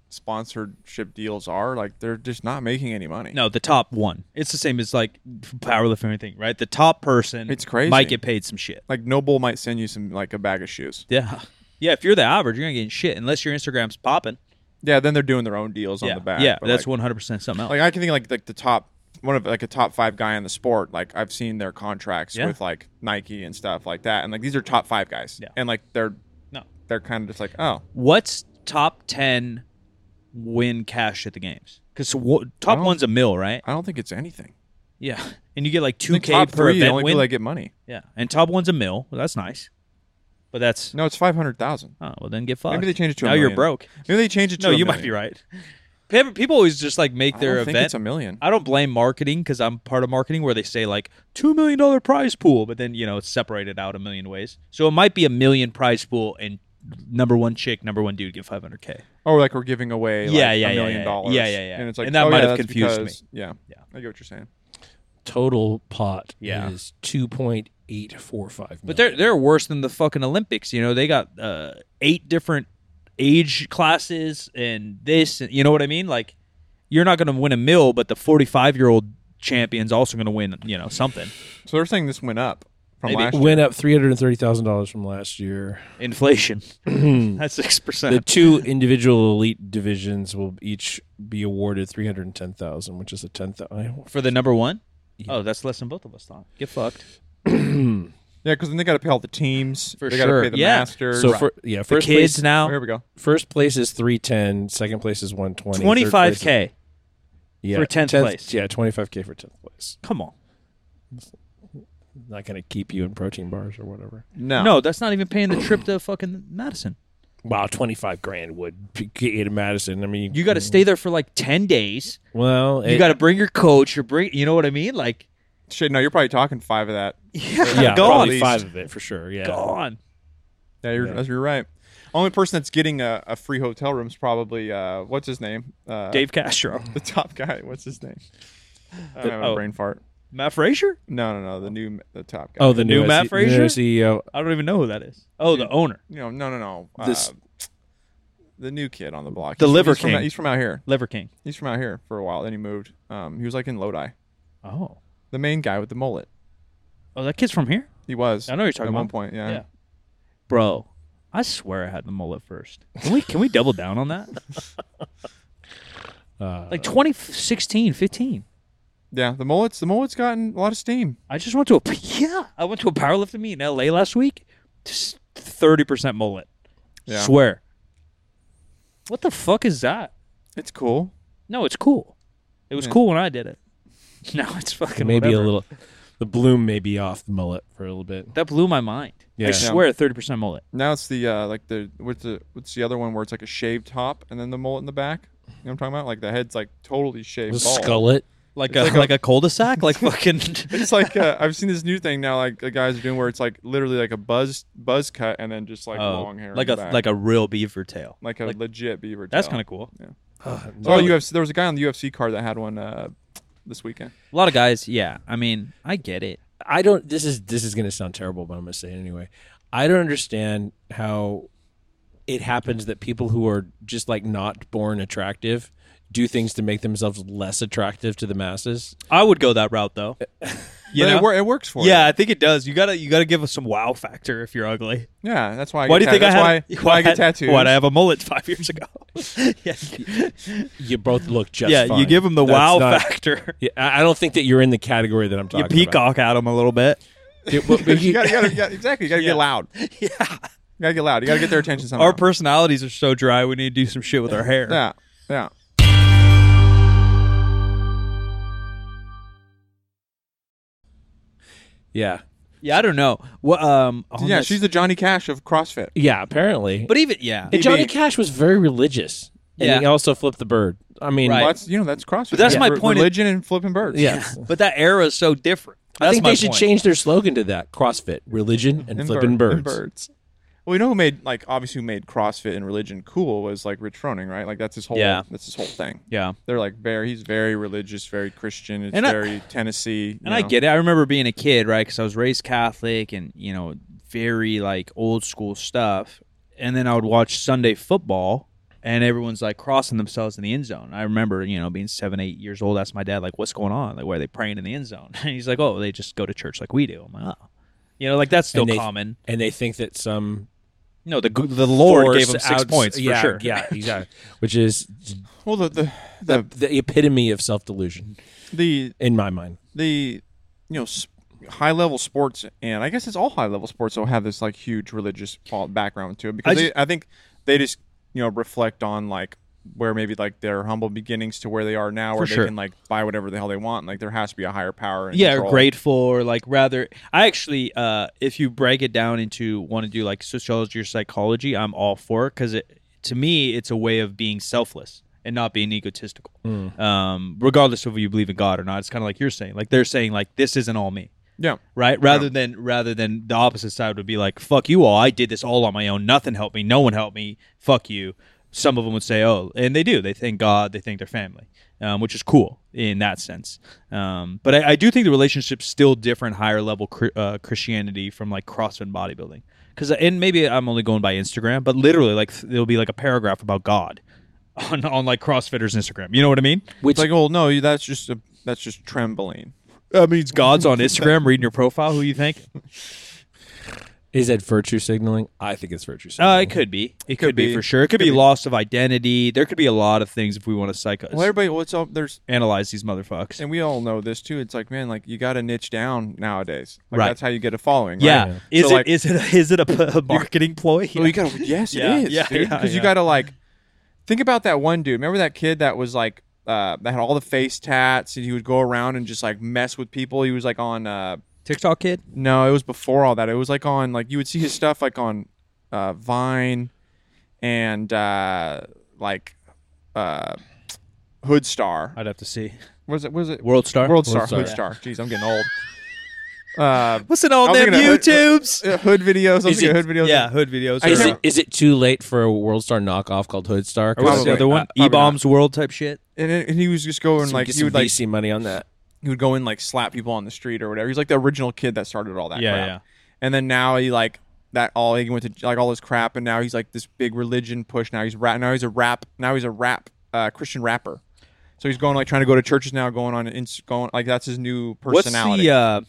[SPEAKER 1] sponsorship deals are like they're just not making any money.
[SPEAKER 3] No, the top one. It's the same as like powerlifting or anything, right? The top person
[SPEAKER 1] It's crazy.
[SPEAKER 3] might get paid some shit.
[SPEAKER 1] Like Noble might send you some like a bag of shoes.
[SPEAKER 3] Yeah. Yeah, if you're the average, you're not getting shit unless your Instagram's popping.
[SPEAKER 1] Yeah, then they're doing their own deals
[SPEAKER 3] Yeah,
[SPEAKER 1] on the back.
[SPEAKER 3] yeah,
[SPEAKER 1] but,
[SPEAKER 3] that's
[SPEAKER 1] like,
[SPEAKER 3] one hundred percent something else.
[SPEAKER 1] Like I can think like like the top one of like a top five guy in the sport. Like I've seen their contracts
[SPEAKER 3] Yeah.
[SPEAKER 1] with like Nike and stuff like that, and like these are top five guys.
[SPEAKER 3] Yeah.
[SPEAKER 1] and like they're
[SPEAKER 3] No.
[SPEAKER 1] they're kind of just like oh
[SPEAKER 3] What's top ten win cash at the games? Because top
[SPEAKER 1] don't-
[SPEAKER 3] one's a mil, right?
[SPEAKER 1] I don't think it's anything.
[SPEAKER 3] Yeah, and you get like
[SPEAKER 1] I
[SPEAKER 3] two
[SPEAKER 1] think
[SPEAKER 3] k
[SPEAKER 1] top
[SPEAKER 3] per
[SPEAKER 1] three, the
[SPEAKER 3] event
[SPEAKER 1] only
[SPEAKER 3] win.
[SPEAKER 1] people that get money.
[SPEAKER 3] yeah, and top one's a mil. Well, that's nice, but that's
[SPEAKER 1] No, it's five hundred thousand.
[SPEAKER 3] oh well. Then get fucked.
[SPEAKER 1] Maybe they change it to a
[SPEAKER 3] now you're
[SPEAKER 1] million.
[SPEAKER 3] broke.
[SPEAKER 1] Maybe they change it to
[SPEAKER 3] No,
[SPEAKER 1] a
[SPEAKER 3] you might
[SPEAKER 1] million.
[SPEAKER 3] be right. Pe- People always just like make
[SPEAKER 1] I
[SPEAKER 3] their
[SPEAKER 1] don't think
[SPEAKER 3] event.
[SPEAKER 1] it's a million.
[SPEAKER 3] I don't blame marketing because I'm part of marketing where they say like two million dollar prize pool, but then you know it's separated out a million ways. So it might be a million prize pool and number one chick, number one dude get five hundred k.
[SPEAKER 1] Oh, like we're giving away like
[SPEAKER 3] Yeah, yeah,
[SPEAKER 1] a
[SPEAKER 3] yeah,
[SPEAKER 1] million
[SPEAKER 3] yeah.
[SPEAKER 1] dollars.
[SPEAKER 3] Yeah, yeah, yeah.
[SPEAKER 1] And it's like
[SPEAKER 3] And that
[SPEAKER 1] oh,
[SPEAKER 3] might
[SPEAKER 1] yeah,
[SPEAKER 3] have
[SPEAKER 1] that's
[SPEAKER 3] confused me.
[SPEAKER 1] because- Yeah.
[SPEAKER 3] Yeah.
[SPEAKER 1] I get what you're saying.
[SPEAKER 2] Total pot
[SPEAKER 3] Yeah.
[SPEAKER 2] is two point eight four five.
[SPEAKER 3] But they're they're worse than the fucking Olympics. You know they got uh, eight different age classes and this. And, you know what I mean? Like you're not going to win a mill, but the forty five year old champion's also going to win. You know something.
[SPEAKER 1] So they're saying this went up from
[SPEAKER 3] Maybe.
[SPEAKER 1] last year.
[SPEAKER 2] went up three hundred and thirty thousand dollars from last year.
[SPEAKER 3] Inflation. That's six
[SPEAKER 2] The
[SPEAKER 3] percent.
[SPEAKER 2] two individual elite divisions will each be awarded three hundred and ten thousand, which is a ten thousand.
[SPEAKER 3] For the number one? Oh, that's less than both of us thought. Get fucked.
[SPEAKER 1] Yeah, because then they got to pay all the teams.
[SPEAKER 3] For
[SPEAKER 1] they got to
[SPEAKER 3] sure.
[SPEAKER 1] pay the
[SPEAKER 3] Yeah.
[SPEAKER 1] masters.
[SPEAKER 2] So for, yeah,
[SPEAKER 3] For
[SPEAKER 2] first
[SPEAKER 3] kids
[SPEAKER 2] place
[SPEAKER 1] oh,
[SPEAKER 3] now,
[SPEAKER 1] here we go.
[SPEAKER 2] First place is three ten. Second place is one twenty.
[SPEAKER 3] twenty five k.
[SPEAKER 2] yeah,
[SPEAKER 3] for 10th place.
[SPEAKER 2] Yeah, twenty five k for tenth place.
[SPEAKER 3] Come on.
[SPEAKER 2] Not going to keep you in protein bars or whatever.
[SPEAKER 1] No,
[SPEAKER 3] No, that's not even paying the trip to fucking Madison.
[SPEAKER 2] Wow, twenty five grand would p- get you to Madison. I mean,
[SPEAKER 3] You got to stay there for like ten days.
[SPEAKER 2] Well,
[SPEAKER 3] You
[SPEAKER 2] it-
[SPEAKER 3] got to bring your coach. You bring. You know what I mean? Like,
[SPEAKER 1] shit. No, you're probably talking five of that.
[SPEAKER 3] yeah,
[SPEAKER 2] yeah,
[SPEAKER 3] gone,
[SPEAKER 2] probably five of it for sure. Yeah,
[SPEAKER 3] gone.
[SPEAKER 1] Yeah, you're, that's- you're right. Only person that's getting a, a free hotel room is probably uh, what's his name? Uh,
[SPEAKER 3] Dave Castro,
[SPEAKER 1] the top guy. What's his name? I'm having a
[SPEAKER 3] oh.
[SPEAKER 1] brain fart.
[SPEAKER 3] Matt Frazier.
[SPEAKER 1] No, no, no. The new, the top guy.
[SPEAKER 2] Oh, the
[SPEAKER 3] New
[SPEAKER 2] new E
[SPEAKER 3] Matt Frazier?
[SPEAKER 2] CEO.
[SPEAKER 3] I don't even know who that is. Oh, the owner,
[SPEAKER 1] you know, no, no, no. Uh,
[SPEAKER 2] This-
[SPEAKER 1] the new kid on the block.
[SPEAKER 3] The
[SPEAKER 1] He's-
[SPEAKER 3] Liver
[SPEAKER 1] he's from-
[SPEAKER 3] King.
[SPEAKER 1] he's from out here.
[SPEAKER 3] Lever King.
[SPEAKER 1] He's from out here for a while. Then he moved. Um, he was like in Lodi.
[SPEAKER 3] Oh,
[SPEAKER 1] The main guy with the mullet.
[SPEAKER 3] oh, that kid's from here,
[SPEAKER 1] He was.
[SPEAKER 3] I know who you're talking
[SPEAKER 1] at one
[SPEAKER 3] about.
[SPEAKER 1] point. Yeah.
[SPEAKER 3] Yeah. bro. I swear I had the mullet first. Can we can we double down on that?
[SPEAKER 2] Uh,
[SPEAKER 3] Like 2016, 15.
[SPEAKER 1] Yeah, The mullet's the mullet's gotten a lot of steam.
[SPEAKER 3] I just went to a yeah. I went to a powerlifting meet in L.A. last week. Just thirty percent mullet.
[SPEAKER 1] Yeah.
[SPEAKER 3] Swear. What the fuck is that?
[SPEAKER 1] It's cool.
[SPEAKER 3] No, it's cool. It was
[SPEAKER 1] Yeah.
[SPEAKER 3] cool when I did it. Now it's fucking
[SPEAKER 2] maybe
[SPEAKER 3] whatever.
[SPEAKER 2] a little. The bloom may be off the mullet for a little bit.
[SPEAKER 3] That blew my mind.
[SPEAKER 2] Yeah.
[SPEAKER 3] I
[SPEAKER 2] Yeah.
[SPEAKER 3] swear, thirty percent mullet.
[SPEAKER 1] Now it's the uh, like the what's the what's the other one where it's like a shaved top and then the mullet in the back. You know what I'm talking about? Like the head's like totally shaved.
[SPEAKER 2] The
[SPEAKER 1] bald.
[SPEAKER 2] skullet.
[SPEAKER 3] Like a like, a cul-de-sac. Like fucking.
[SPEAKER 1] It's like uh, I've seen this new thing now. Like the guys are doing where it's like literally like a buzz buzz cut and then just like
[SPEAKER 3] Oh,
[SPEAKER 1] long hair.
[SPEAKER 3] like
[SPEAKER 1] in
[SPEAKER 3] a
[SPEAKER 1] the back.
[SPEAKER 3] like a real beaver tail.
[SPEAKER 1] like a legit beaver.
[SPEAKER 3] That's kind of cool.
[SPEAKER 1] cool. Oh, UFC. There was a guy on the UFC card that had one uh, this weekend.
[SPEAKER 3] A lot of guys. Yeah, I mean, I get it.
[SPEAKER 2] I don't. This is this is going to sound terrible, but I'm going to say it anyway. I don't understand how it happens that people who are just like not born attractive do things to make themselves less attractive to the masses.
[SPEAKER 3] I would go that route though. You
[SPEAKER 1] But
[SPEAKER 3] know?
[SPEAKER 1] it, wor- it works for.
[SPEAKER 3] yeah,
[SPEAKER 1] you.
[SPEAKER 3] I think it does. You gotta you gotta give us some wow factor if you're ugly.
[SPEAKER 1] yeah. That's why. I
[SPEAKER 3] why do
[SPEAKER 1] get
[SPEAKER 3] you think
[SPEAKER 1] tat-
[SPEAKER 3] I had?
[SPEAKER 1] That's why, why I get tattoos?
[SPEAKER 3] Why I have a mullet five years ago? yeah,
[SPEAKER 2] You both look just
[SPEAKER 3] yeah. You
[SPEAKER 2] fine.
[SPEAKER 3] give him the
[SPEAKER 2] That's
[SPEAKER 3] wow
[SPEAKER 2] not-
[SPEAKER 3] factor.
[SPEAKER 2] Yeah, I I don't think that you're in the category that I'm
[SPEAKER 3] You
[SPEAKER 2] talking about.
[SPEAKER 3] peacock at him a little bit.
[SPEAKER 2] Yeah, but- but
[SPEAKER 1] you
[SPEAKER 2] you-
[SPEAKER 1] gotta, you gotta, you gotta- exactly. You gotta
[SPEAKER 3] Yeah.
[SPEAKER 1] get loud. You
[SPEAKER 3] Yeah,
[SPEAKER 1] gotta get loud. You gotta get their attention somehow.
[SPEAKER 3] our personalities are so dry. We need to do some shit with our hair.
[SPEAKER 1] yeah, yeah.
[SPEAKER 2] yeah,
[SPEAKER 3] Yeah, I don't know. What? Um, on
[SPEAKER 1] yeah,
[SPEAKER 3] this-
[SPEAKER 1] she's the Johnny Cash of CrossFit.
[SPEAKER 2] yeah. Apparently,
[SPEAKER 3] But even yeah,
[SPEAKER 2] and Johnny Cash was very religious, and
[SPEAKER 3] Yeah.
[SPEAKER 2] he also flipped the bird. I mean,
[SPEAKER 3] Right.
[SPEAKER 1] Well, that's you know that's CrossFit.
[SPEAKER 3] But that's
[SPEAKER 1] Yeah.
[SPEAKER 3] my
[SPEAKER 1] Re-
[SPEAKER 3] point.
[SPEAKER 1] Religion and flipping birds.
[SPEAKER 2] yeah.
[SPEAKER 3] but that era is so different. That's
[SPEAKER 2] I think
[SPEAKER 3] my
[SPEAKER 2] they should
[SPEAKER 3] point.
[SPEAKER 2] change their slogan to that: CrossFit, religion, and,
[SPEAKER 1] and
[SPEAKER 2] flipping birds.
[SPEAKER 1] bird- and birds. Well, you know who made like obviously who made CrossFit and religion cool was like Rich Froning, right? Like that's his whole.
[SPEAKER 3] Yeah.
[SPEAKER 1] That's his whole thing.
[SPEAKER 3] Yeah.
[SPEAKER 1] They're like very. He's very religious, very Christian. It's
[SPEAKER 3] And I-
[SPEAKER 1] very Tennessee.
[SPEAKER 3] And I get it. I remember being a kid, right? Because I was raised Catholic and, you know, very like old school stuff. and then I would watch Sunday football, and everyone's like crossing themselves in the end zone. I remember, you know, being seven, eight years old, asked my dad, like, what's going on? Like, why are they praying in the end zone? And he's like, oh, they just go to church like we do. I'm like, oh. You know, like that's still
[SPEAKER 2] And they-
[SPEAKER 3] common.
[SPEAKER 2] and they think that some
[SPEAKER 3] No, the the Lord gave
[SPEAKER 2] force
[SPEAKER 3] them six
[SPEAKER 2] outs-
[SPEAKER 3] points for
[SPEAKER 2] yeah,
[SPEAKER 3] sure.
[SPEAKER 2] Yeah, exactly. Which is
[SPEAKER 1] Well, the the
[SPEAKER 2] the,
[SPEAKER 1] the,
[SPEAKER 2] the epitome of self delusion
[SPEAKER 1] the
[SPEAKER 2] in my mind.
[SPEAKER 1] the you know sp- high level sports and I guess it's all high level sports will have this like huge religious fo- background to it because
[SPEAKER 3] I
[SPEAKER 1] I, they, I think they just you know reflect on like where maybe like their humble beginnings to where they are now where they
[SPEAKER 3] sure.
[SPEAKER 1] can like buy whatever the hell they want like there has to be a higher power and
[SPEAKER 3] yeah, or
[SPEAKER 1] control.
[SPEAKER 3] grateful or like rather. I actually, uh, if you break it down into want to do like sociology or psychology, I'm all for it because it, to me, it's a way of being selfless and not being egotistical.
[SPEAKER 1] Mm.
[SPEAKER 3] Um, regardless of whether you believe in God or not, it's kind of like you're saying. Like they're saying, like this isn't all me,
[SPEAKER 1] yeah
[SPEAKER 3] right? Rather than rather than the opposite side would be like, fuck you all. I did this all on my own. Nothing helped me. No one helped me. Fuck you. Some of them would say, oh, and they do. They thank God. They thank their family, um, which is cool in that sense. Um, but I, I do think the relationship's still different, higher level cr- uh, Christianity from like CrossFit and bodybuilding. Because and maybe I'm only going by Instagram, but literally like there'll be like a paragraph about God on on like CrossFitters Instagram. You know what I mean?
[SPEAKER 1] it's like oh no you- that's just a, that's just trembling
[SPEAKER 3] That means God's on Instagram reading your profile. Who you think?
[SPEAKER 2] Is that virtue signaling? I think it's virtue
[SPEAKER 3] Uh,
[SPEAKER 2] signaling.
[SPEAKER 3] it could be. It could, be.
[SPEAKER 1] be.
[SPEAKER 3] for sure. It could, be, loss of identity. There could be a lot of things if we want to psycho
[SPEAKER 1] well everybody what's up there's
[SPEAKER 3] analyze these motherfuckers.
[SPEAKER 1] and we all know this too it's like man like you got to niche down nowadays like
[SPEAKER 3] Right.
[SPEAKER 1] that's how you get a following
[SPEAKER 3] yeah.
[SPEAKER 1] right?
[SPEAKER 3] Is
[SPEAKER 1] So,
[SPEAKER 3] it
[SPEAKER 1] like-
[SPEAKER 3] is it a, is it a, p- a marketing ploy?
[SPEAKER 1] Well, Oh, you gotta. Yes,
[SPEAKER 3] Yeah,
[SPEAKER 1] it is.
[SPEAKER 3] yeah,
[SPEAKER 1] Yeah,
[SPEAKER 3] yeah,
[SPEAKER 1] Because
[SPEAKER 3] yeah.
[SPEAKER 1] you gotta like think about that one dude. Remember that kid that was like uh, that had all the face tats, and he would go around and just like mess with people. He was like on. Uh,
[SPEAKER 3] TikTok kid.
[SPEAKER 1] no, it was before all that. It was like on like you would see his stuff like on uh, Vine and uh, like uh, Hoodstar.
[SPEAKER 3] I'd have to see.
[SPEAKER 1] Was it? Was it
[SPEAKER 3] World Star.
[SPEAKER 1] World Star?
[SPEAKER 2] Worldstar, yeah.
[SPEAKER 1] Hoodstar. Jeez, I'm getting old. Uh,
[SPEAKER 3] What's it on
[SPEAKER 1] I was
[SPEAKER 3] them
[SPEAKER 1] thinking of-
[SPEAKER 3] YouTubes?
[SPEAKER 1] hood videos. I'm
[SPEAKER 3] Is
[SPEAKER 1] thinking of
[SPEAKER 3] it-
[SPEAKER 1] hood videos.
[SPEAKER 3] Yeah, hood videos.
[SPEAKER 2] is
[SPEAKER 3] Or-
[SPEAKER 2] it is it too late for a World Star knockoff called Hood Star?
[SPEAKER 3] or what's the
[SPEAKER 1] Probably.
[SPEAKER 3] other one?
[SPEAKER 1] Uh, probably
[SPEAKER 3] E bombs world type shit.
[SPEAKER 1] and, it- and he was just going
[SPEAKER 2] Some-
[SPEAKER 1] like
[SPEAKER 2] get
[SPEAKER 1] he
[SPEAKER 2] some
[SPEAKER 1] would like
[SPEAKER 2] VC money on that.
[SPEAKER 1] he would go in like slap people on the street or whatever. He's like the original kid that started all that
[SPEAKER 3] Yeah,
[SPEAKER 1] crap.
[SPEAKER 3] yeah.
[SPEAKER 1] And then now he like that all he went to like all this crap and now he's like this big religion push. Now he's rap now he's a rap now he's a rap uh, Christian rapper. So he's going like trying to go to churches now, going on ins- going like that's his new
[SPEAKER 3] What's
[SPEAKER 1] personality.
[SPEAKER 3] the? Uh,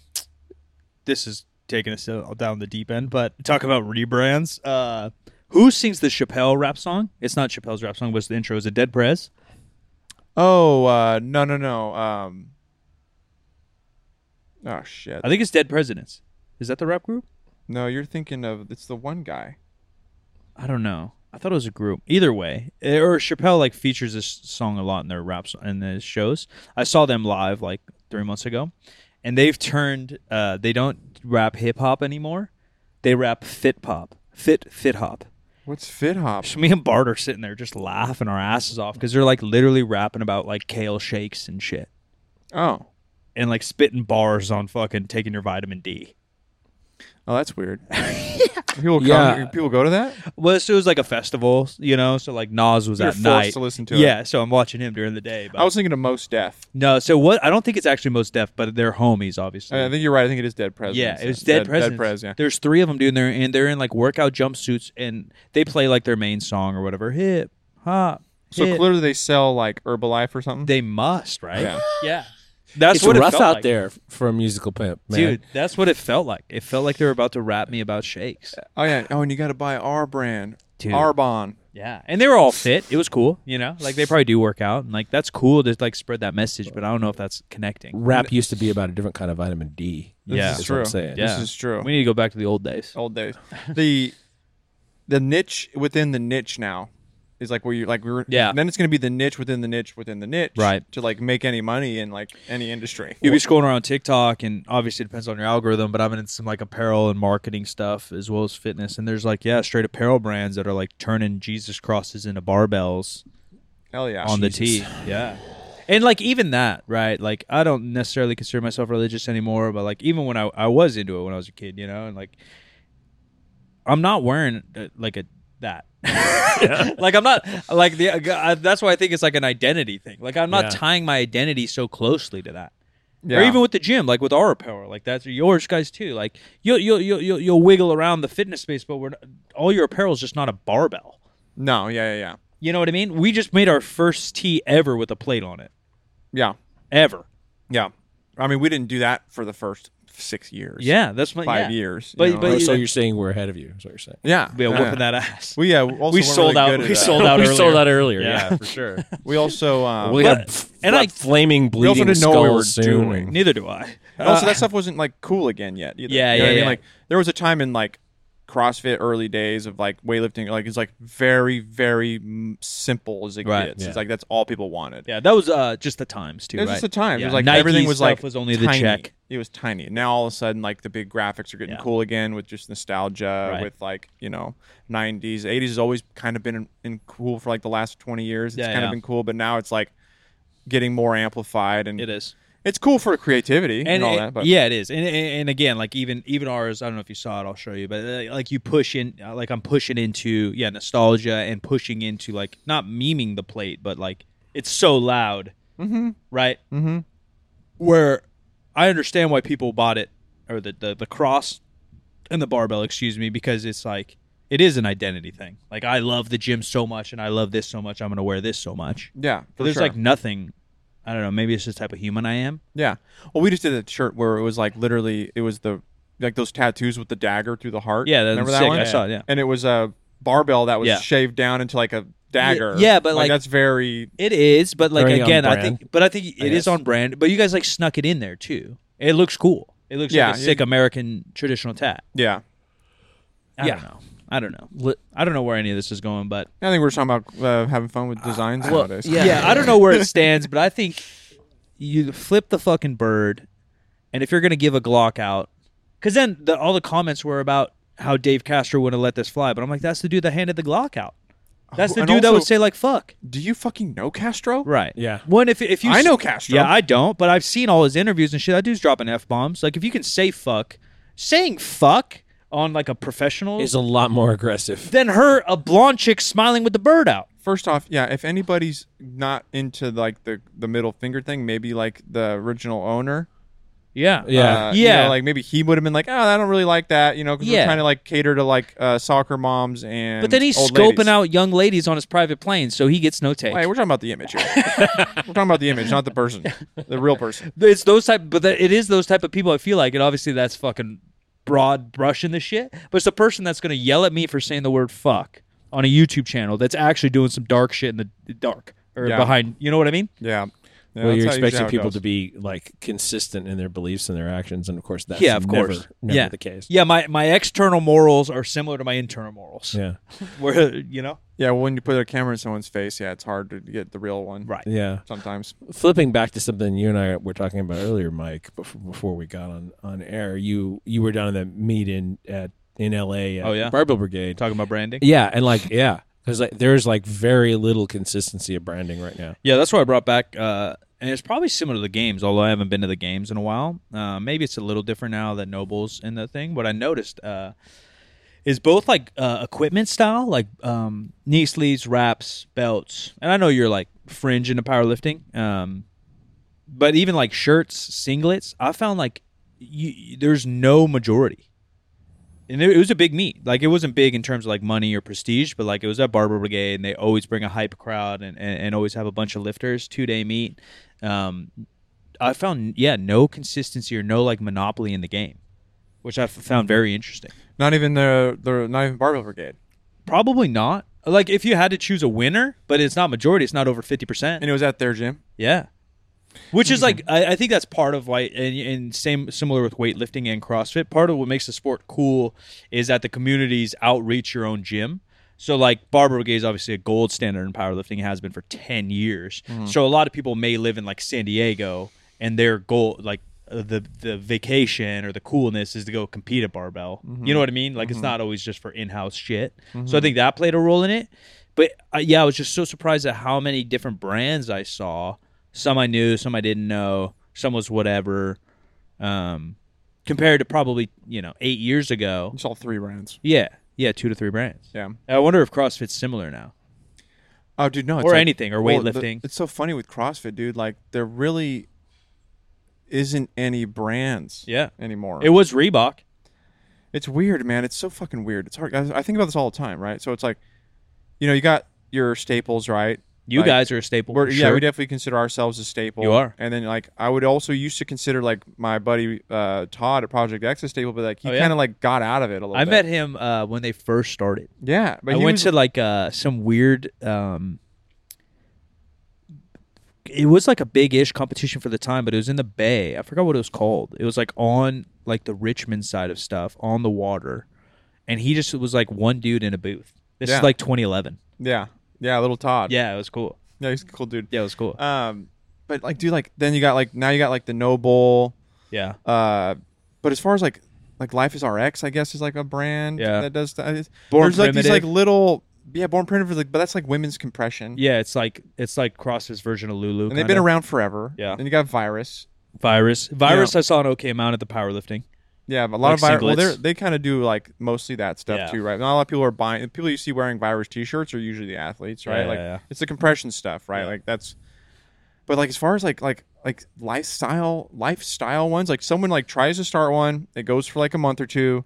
[SPEAKER 3] this is taking us down the deep end, but talk about rebrands. Uh, who sings the Chappelle rap song? It's not Chappelle's rap song. Was the intro? Is it Dead Prez?
[SPEAKER 1] oh uh, no no no. Um, oh shit.
[SPEAKER 3] I think it's Dead Presidents. Is that the rap group?
[SPEAKER 1] No, you're thinking of it's the one guy.
[SPEAKER 3] I don't know. I thought it was a group. Either way, eh, or Chappelle like features this song a lot in their raps and the shows. I saw them live like three months ago, and they've turned. Uh, they don't rap hip hop anymore. They rap fit pop, fit fit hop.
[SPEAKER 1] What's Fit Hop?
[SPEAKER 3] So me and Bart are sitting there just laughing our asses off because they're like literally rapping about like kale shakes and shit,
[SPEAKER 1] Oh,
[SPEAKER 3] and like spitting bars on fucking taking your vitamin D.
[SPEAKER 1] oh, that's weird. People come.
[SPEAKER 2] Yeah.
[SPEAKER 1] People go to that.
[SPEAKER 3] Well, so it was like a festival, you know. So like Nas was
[SPEAKER 1] You're
[SPEAKER 3] at
[SPEAKER 1] forced
[SPEAKER 3] night
[SPEAKER 1] to listen to it.
[SPEAKER 3] yeah, so I'm watching him during the day. But
[SPEAKER 1] I was thinking of most deaf.
[SPEAKER 3] No, so what? I don't think it's actually most deaf, but they're homies, obviously.
[SPEAKER 1] I think you're right. I think it is dead presidents.
[SPEAKER 3] yeah, it was dead, presidents.
[SPEAKER 1] Pres, yeah.
[SPEAKER 3] There's three of them doing their and they're in like workout jumpsuits and they play like their main song or whatever. Hip hop.
[SPEAKER 1] So
[SPEAKER 3] hip.
[SPEAKER 1] clearly they sell like Herbalife or something.
[SPEAKER 3] they must, right?
[SPEAKER 1] Yeah.
[SPEAKER 3] Yeah. That's
[SPEAKER 2] It's
[SPEAKER 3] what it
[SPEAKER 2] rough
[SPEAKER 3] felt
[SPEAKER 2] out
[SPEAKER 3] like.
[SPEAKER 2] there for a musical pimp, man.
[SPEAKER 3] dude. That's what it felt like. It felt like they were about to rap me about shakes.
[SPEAKER 1] oh yeah. Oh, and you got to buy our brand,
[SPEAKER 3] Dude.
[SPEAKER 1] Arbon.
[SPEAKER 3] Yeah, and they were all fit. It was cool, you know. Like they probably do work out, and like that's cool to like spread that message. But I don't know if that's connecting.
[SPEAKER 2] Rap used to be about a different kind of vitamin D.
[SPEAKER 1] This
[SPEAKER 3] Yeah.
[SPEAKER 1] is
[SPEAKER 2] That's what
[SPEAKER 1] true.
[SPEAKER 2] I'm saying. Oh,
[SPEAKER 3] Yeah.
[SPEAKER 1] This is true.
[SPEAKER 3] We need to go back to the old days.
[SPEAKER 1] Old days. The the niche within the niche now is like where you like we were.
[SPEAKER 3] Yeah.
[SPEAKER 1] Then it's gonna be the niche within the niche within the niche.
[SPEAKER 3] Right.
[SPEAKER 1] To like make any money in like any industry.
[SPEAKER 3] You'll be scrolling around TikTok, and obviously it depends on your algorithm. But I'm in some like apparel and marketing stuff as well as fitness. And there's like yeah, straight apparel brands that are like turning Jesus crosses into barbells
[SPEAKER 1] Hell yeah.
[SPEAKER 3] on the tee. Yeah. And like even that, right? Like I don't necessarily consider myself religious anymore, but like even when I, I was into it when I was a kid, you know, and like I'm not wearing uh, like a that. like I'm not like uh, the I, that's why I think it's like an identity thing. Like I'm not
[SPEAKER 2] Yeah.
[SPEAKER 3] tying my identity so closely to that.
[SPEAKER 1] Yeah.
[SPEAKER 3] Or even with the gym, like with Aura Power, like that's yours guys too. Like you'll you'll you'll you'll, you'll wiggle around the fitness space, but we're not, all your apparel is just not a barbell.
[SPEAKER 1] No, yeah, yeah, yeah,
[SPEAKER 3] You know what I mean? We just made our first tee ever with a plate on it.
[SPEAKER 1] yeah,
[SPEAKER 3] Ever.
[SPEAKER 1] yeah. I mean, we didn't do that for the first six years.
[SPEAKER 3] Yeah, that's my
[SPEAKER 1] five
[SPEAKER 3] yeah.
[SPEAKER 1] years. you
[SPEAKER 3] But-
[SPEAKER 1] know?
[SPEAKER 3] but
[SPEAKER 2] Oh,
[SPEAKER 3] you-
[SPEAKER 2] so you're saying we're ahead of you? Is what you're saying?
[SPEAKER 1] yeah,
[SPEAKER 3] We are
[SPEAKER 1] yeah.
[SPEAKER 3] whooping that ass.
[SPEAKER 1] We yeah, also
[SPEAKER 3] we
[SPEAKER 1] weren't
[SPEAKER 3] sold
[SPEAKER 1] really
[SPEAKER 3] out.
[SPEAKER 1] good at
[SPEAKER 3] We
[SPEAKER 1] that.
[SPEAKER 3] sold out.
[SPEAKER 2] we
[SPEAKER 3] earlier.
[SPEAKER 2] sold out earlier.
[SPEAKER 3] Yeah,
[SPEAKER 2] Yeah.
[SPEAKER 3] for sure.
[SPEAKER 1] We also um,
[SPEAKER 2] We
[SPEAKER 3] But-
[SPEAKER 2] got f- and
[SPEAKER 3] and I-
[SPEAKER 2] flaming bleeding
[SPEAKER 1] also didn't know what we were
[SPEAKER 2] skulls soon.
[SPEAKER 1] doing.
[SPEAKER 3] Neither do I.
[SPEAKER 1] And also, that stuff wasn't like cool again yet. Either.
[SPEAKER 3] Yeah,
[SPEAKER 1] you know
[SPEAKER 3] yeah,
[SPEAKER 1] what I mean,
[SPEAKER 3] yeah.
[SPEAKER 1] like there was a time in like CrossFit early days of like weightlifting, like it's like very, very mm, simple as it
[SPEAKER 3] Right,
[SPEAKER 1] gets.
[SPEAKER 2] yeah.
[SPEAKER 1] It's like that's all people wanted.
[SPEAKER 3] Yeah, that was uh, just the times too.
[SPEAKER 1] It was
[SPEAKER 3] right?
[SPEAKER 1] just a time.
[SPEAKER 3] Yeah.
[SPEAKER 1] It was like
[SPEAKER 3] Nike
[SPEAKER 1] everything was
[SPEAKER 3] stuff
[SPEAKER 1] like
[SPEAKER 3] was only
[SPEAKER 1] tiny.
[SPEAKER 3] the check.
[SPEAKER 1] It was tiny. Now all of a sudden, like the big graphics are getting
[SPEAKER 3] Yeah.
[SPEAKER 1] cool again with just nostalgia,
[SPEAKER 3] Right.
[SPEAKER 1] with like you know '90s, '80s has always kind of been in, in cool for like the last 20 years. It's
[SPEAKER 3] Yeah,
[SPEAKER 1] kind
[SPEAKER 3] yeah.
[SPEAKER 1] of been cool, but now it's like getting more amplified, and
[SPEAKER 3] It is.
[SPEAKER 1] it's cool for creativity and, all
[SPEAKER 3] it-
[SPEAKER 1] that. But
[SPEAKER 3] yeah, it is. And, and and again, like even even ours, I don't know if you saw it. I'll show you, but uh, like you push in, uh, like I'm pushing into yeah nostalgia and pushing into like not memeing the plate, but like it's so loud,
[SPEAKER 1] Mhm.
[SPEAKER 3] right?
[SPEAKER 1] hmm
[SPEAKER 3] Where I understand why people bought it or the the, the cross and the barbell, excuse me, because it's like it is an identity thing. Like I love the gym so much, and I love this so much. I'm gonna wear this so much.
[SPEAKER 1] yeah, for
[SPEAKER 3] But there's
[SPEAKER 1] sure.
[SPEAKER 3] like nothing. I don't know. Maybe it's just the type of human I am.
[SPEAKER 1] Yeah. Well, we just did a shirt where it was like literally it was the like those tattoos with the dagger through the heart.
[SPEAKER 3] Yeah, that
[SPEAKER 1] remember
[SPEAKER 3] was
[SPEAKER 1] that
[SPEAKER 3] sick.
[SPEAKER 1] one?
[SPEAKER 3] I saw it, yeah.
[SPEAKER 1] And it was a barbell that was
[SPEAKER 3] Yeah.
[SPEAKER 1] shaved down into like a dagger.
[SPEAKER 3] yeah, but, like-
[SPEAKER 1] that's very
[SPEAKER 3] It is, but like
[SPEAKER 2] Very on
[SPEAKER 3] again, I
[SPEAKER 2] brand,
[SPEAKER 3] think, but I think it is
[SPEAKER 2] I guess.
[SPEAKER 3] on brand. But you guys like snuck it in there too. It looks cool. It looks
[SPEAKER 1] Yeah,
[SPEAKER 3] like a sick American traditional tat.
[SPEAKER 1] yeah.
[SPEAKER 3] I
[SPEAKER 2] Yeah.
[SPEAKER 3] don't know. I don't know. I don't know where any of this is going, but
[SPEAKER 1] I think we we're talking about uh, having fun with designs nowadays.
[SPEAKER 2] yeah.
[SPEAKER 3] I don't know where it stands, but I think you flip the fucking bird, and if you're gonna give a Glock out, because then the, all the comments were about how Dave Castro would have let this fly, but I'm like, that's the dude that handed the Glock out.
[SPEAKER 2] Oh,
[SPEAKER 3] That's the
[SPEAKER 1] And
[SPEAKER 3] dude that would
[SPEAKER 1] also-
[SPEAKER 3] say like, fuck.
[SPEAKER 1] Do you fucking know Castro?
[SPEAKER 3] Right.
[SPEAKER 2] Yeah.
[SPEAKER 3] When if if you
[SPEAKER 1] I know Castro.
[SPEAKER 3] Yeah, I don't, but I've seen all his interviews and shit. That dude's dropping f bombs. Like if you can say fuck, saying fuck on like a professional,
[SPEAKER 2] Is a lot more aggressive.
[SPEAKER 3] then her a blonde chick smiling with the bird out.
[SPEAKER 1] First off, yeah, if anybody's not into like the the middle finger thing, maybe like the original owner.
[SPEAKER 3] Yeah.
[SPEAKER 2] Yeah.
[SPEAKER 1] Uh,
[SPEAKER 3] Yeah.
[SPEAKER 1] You know, like maybe he would have been like, oh, I don't really like that, you know, because
[SPEAKER 3] Yeah.
[SPEAKER 1] we're trying to like cater to like uh, soccer moms and.
[SPEAKER 3] But then he's
[SPEAKER 1] old
[SPEAKER 3] scoping
[SPEAKER 1] ladies.
[SPEAKER 3] out young ladies on his private plane, so he gets no take.
[SPEAKER 1] Hey, we're talking about the image here. we're talking about the image, not the person, the real person.
[SPEAKER 3] it's those type, but it is those type of people. I feel like, and obviously that's fucking broad brushing the shit. But it's the person that's gonna yell at me for saying the word fuck on a YouTube channel that's actually doing some dark shit in the the dark or
[SPEAKER 1] Yeah.
[SPEAKER 3] behind. You know what I mean?
[SPEAKER 1] Yeah. yeah
[SPEAKER 2] well,
[SPEAKER 1] that's
[SPEAKER 2] you're
[SPEAKER 1] how usually
[SPEAKER 2] expecting
[SPEAKER 1] how it
[SPEAKER 2] people
[SPEAKER 1] goes.
[SPEAKER 2] to be like consistent in their beliefs and their actions, and of course that's
[SPEAKER 3] yeah, of course.
[SPEAKER 2] never, never
[SPEAKER 3] yeah.
[SPEAKER 2] the case.
[SPEAKER 3] Yeah, my, my external morals are similar to my internal morals.
[SPEAKER 2] Yeah,
[SPEAKER 3] Where you know?
[SPEAKER 1] Yeah, well, when you put a camera in someone's face, yeah, it's hard to get the real one.
[SPEAKER 3] Right.
[SPEAKER 2] yeah.
[SPEAKER 1] Sometimes.
[SPEAKER 2] Flipping back to something you and I were talking about earlier, Mike, before, before we got on on air, you you were down in that meet in at in L.A. At
[SPEAKER 3] Oh, yeah?
[SPEAKER 2] Barbell Brigade.
[SPEAKER 3] Talking about branding.
[SPEAKER 2] Yeah, and like yeah, because like there's like very little consistency of branding right now.
[SPEAKER 3] Yeah, that's why I brought back uh and it's probably similar to the games, although I haven't been to the games in a while. Uh, maybe it's a little different now that Noble's in the thing. What I noticed uh, is both like uh, equipment style, like um, knee sleeves, wraps, belts, and I know you're like fringe into powerlifting, um, but even like shirts, singlets, I found like you, there's no majority. And it, it was a big meet. Like it wasn't big in terms of like money or prestige, but like it was at Barber Brigade, and they always bring a hype crowd and, and, and always have a bunch of lifters. Two day meet. Um, I found yeah no consistency or no like monopoly in the game, which I f- found very interesting.
[SPEAKER 1] Not even the, the not even Barbell Brigade.
[SPEAKER 3] Probably not. Like if you had to choose a winner, but it's not majority, it's not over fifty percent.
[SPEAKER 1] And it was at their gym.
[SPEAKER 3] Yeah. Which is like I, I think that's part of why and, and same similar with weightlifting and CrossFit. Part of what makes the sport cool is that the communities outreach your own gym. So like Barber Brigade is obviously a gold standard in powerlifting, it has been for ten years. So a lot of people may live in like San Diego and their goal like uh, the the vacation or the coolness is to go compete at barbell. You know what I mean? Like it's not always just for in house shit. So I think that played a role in it. But uh, yeah, I was just so surprised at how many different brands I saw. Some I knew, some I didn't know, some was whatever. Um, compared to probably you know eight years ago.
[SPEAKER 1] It's all three brands.
[SPEAKER 3] Yeah, yeah, two to three brands.
[SPEAKER 1] Yeah.
[SPEAKER 3] I wonder if CrossFit's similar now.
[SPEAKER 1] Oh, dude, no. It's
[SPEAKER 3] Or
[SPEAKER 1] like-
[SPEAKER 3] anything, or
[SPEAKER 1] well, the-
[SPEAKER 3] weightlifting.
[SPEAKER 1] it's so funny with CrossFit, dude. Like they're really isn't any brands
[SPEAKER 3] Yeah.
[SPEAKER 1] anymore.
[SPEAKER 3] It was Reebok.
[SPEAKER 1] it's weird, man. It's so fucking weird. It's hard. I, I think about this all the time, right? So it's like, you know, you got your staples, right?
[SPEAKER 3] You
[SPEAKER 1] Like,
[SPEAKER 3] guys are a staple.
[SPEAKER 1] We're,
[SPEAKER 3] for
[SPEAKER 1] Yeah,
[SPEAKER 3] sure.
[SPEAKER 1] we definitely consider ourselves a staple.
[SPEAKER 3] You are.
[SPEAKER 1] And then like I would also used to consider like my buddy uh, Todd at Project X a staple, but like he
[SPEAKER 3] Oh, yeah?
[SPEAKER 1] kind of like got out of it a little.
[SPEAKER 3] I
[SPEAKER 1] bit.
[SPEAKER 3] met him uh, when they first started.
[SPEAKER 1] Yeah, but
[SPEAKER 3] I
[SPEAKER 1] he
[SPEAKER 3] went
[SPEAKER 1] was,
[SPEAKER 3] to like uh, some weird. Um, it was like a big ish competition for the time, but it was in the Bay. I forgot what it was called. It was like on like the Richmond side of stuff on the water, and he just was like one dude in a booth. This
[SPEAKER 1] Yeah.
[SPEAKER 3] is like 2011.
[SPEAKER 1] yeah, yeah, little Todd.
[SPEAKER 3] Yeah, it was cool.
[SPEAKER 1] yeah, he's a cool dude.
[SPEAKER 3] Yeah, it was cool.
[SPEAKER 1] Um, but like, dude, like then you got like now you got like the Noble.
[SPEAKER 3] yeah,
[SPEAKER 1] Uh, but as far as like like Life is RX, I guess is like a brand
[SPEAKER 3] Yeah.
[SPEAKER 1] that does that.
[SPEAKER 3] Born
[SPEAKER 1] There's like these like
[SPEAKER 3] Primitive.
[SPEAKER 1] little yeah, Born Primitive, like, but that's like women's compression.
[SPEAKER 3] yeah. It's like it's like CrossFit's version of Lulu.
[SPEAKER 1] and they've been around forever.
[SPEAKER 3] Yeah.
[SPEAKER 1] and you got Virus.
[SPEAKER 3] Virus, virus. I saw an okay amount at the powerlifting.
[SPEAKER 1] Yeah, but a lot
[SPEAKER 3] Like
[SPEAKER 1] of virus. Well,
[SPEAKER 3] singlets.
[SPEAKER 1] they're, they kind of do like mostly that stuff
[SPEAKER 3] Yeah.
[SPEAKER 1] too, right? Not a lot of people are buying. The people you see wearing virus T-shirts are usually the athletes, right?
[SPEAKER 3] Yeah,
[SPEAKER 1] like
[SPEAKER 3] yeah, yeah.
[SPEAKER 1] it's the compression stuff, right?
[SPEAKER 3] Yeah.
[SPEAKER 1] Like that's. But like as far as like like like lifestyle lifestyle ones, like someone like tries to start one, it goes for like a month or two,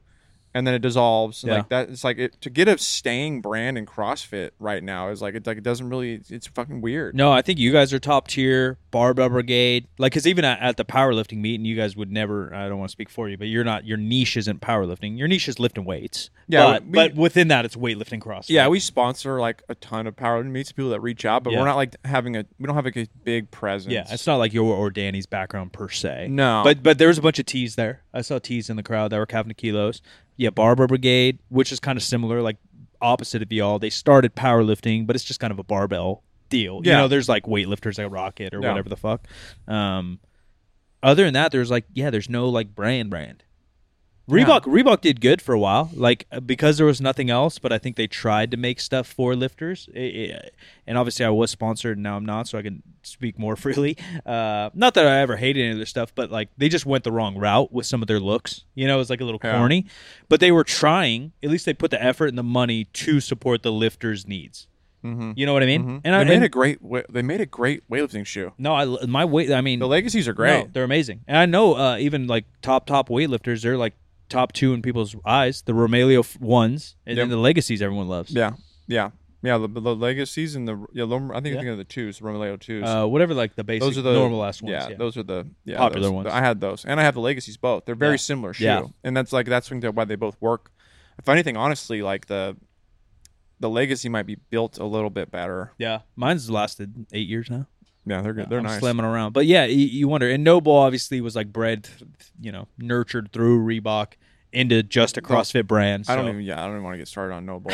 [SPEAKER 1] and then it dissolves. And
[SPEAKER 3] Yeah.
[SPEAKER 1] Like that, it's like it, to get a staying brand in CrossFit right now is like it like it doesn't really. It's fucking weird.
[SPEAKER 3] No, I think you guys are top tier. Barbell Brigade, like, because even at, at the powerlifting meet, and you guys would never. I don't want to speak for you, but you're not. Your niche isn't powerlifting. Your niche is lifting weights.
[SPEAKER 1] Yeah,
[SPEAKER 3] but,
[SPEAKER 1] we-
[SPEAKER 3] but within that, it's weightlifting CrossFit.
[SPEAKER 1] Yeah, we sponsor like a ton of power meets people that reach out, but
[SPEAKER 3] Yeah.
[SPEAKER 1] we're not like having a we don't have like a big presence.
[SPEAKER 3] yeah. It's not like your or Danny's background per se.
[SPEAKER 1] No.
[SPEAKER 3] but but there was a bunch of tees there. I saw tees in the crowd that were Calvin kilos. Yeah, Barbell Brigade, which is kind of similar, like opposite of y'all. They started powerlifting, but it's just kind of a barbell deal.
[SPEAKER 1] Yeah.
[SPEAKER 3] You know, there's like weightlifters like Rocket or
[SPEAKER 1] Yeah.
[SPEAKER 3] whatever the fuck. Um, other than that, there's like yeah, there's no like brand brand. Reebok Reebok did good for a while, like uh, because there was nothing else. But I think they tried to make stuff for lifters, It- it- and obviously I was sponsored, and now I'm not, so I can speak more freely. Uh, not that I ever hated any of their stuff, but like they just went the wrong route with some of their looks. You know, it was like a little
[SPEAKER 1] Yeah.
[SPEAKER 3] corny, but they were trying. At least they put the effort and the money to support the lifters' needs.
[SPEAKER 1] Mhm.
[SPEAKER 3] You know what I mean? And I
[SPEAKER 1] they made
[SPEAKER 3] and-
[SPEAKER 1] a great wa- they made a great weightlifting shoe.
[SPEAKER 3] no, I my weight. I mean,
[SPEAKER 1] The legacies are
[SPEAKER 3] no,
[SPEAKER 1] great.
[SPEAKER 3] they're amazing. And I know uh, even like top top weightlifters, they're like top two in people's eyes. The Romelio f- ones, and then
[SPEAKER 1] Yep.
[SPEAKER 3] the legacies everyone loves.
[SPEAKER 1] yeah, yeah, yeah. The, the legacies and the yeah, Lom- I think I'm thinking of the twos, the Romaleo twos.
[SPEAKER 3] Uh, whatever, like the basic,
[SPEAKER 1] those are the
[SPEAKER 3] normal ass ones.
[SPEAKER 1] Yeah,
[SPEAKER 3] Yeah,
[SPEAKER 1] those are the yeah,
[SPEAKER 3] Popular
[SPEAKER 1] those.
[SPEAKER 3] ones.
[SPEAKER 1] I had those, and I have the legacies both. They're very
[SPEAKER 3] Yeah.
[SPEAKER 1] similar shoe,
[SPEAKER 3] Yeah.
[SPEAKER 1] and that's like that's why they both work. If anything, honestly, like the the legacy might be built a little bit better.
[SPEAKER 3] Yeah. Mine's lasted eight years now.
[SPEAKER 1] Yeah, they're good. They're
[SPEAKER 3] I'm
[SPEAKER 1] nice.
[SPEAKER 3] slamming around, but yeah, you, you wonder. And Noble obviously was like bred, th- you know, nurtured through Reebok into just a CrossFit brand.
[SPEAKER 1] I don't
[SPEAKER 3] so-
[SPEAKER 1] even. Yeah, I don't even want to get started on Noble.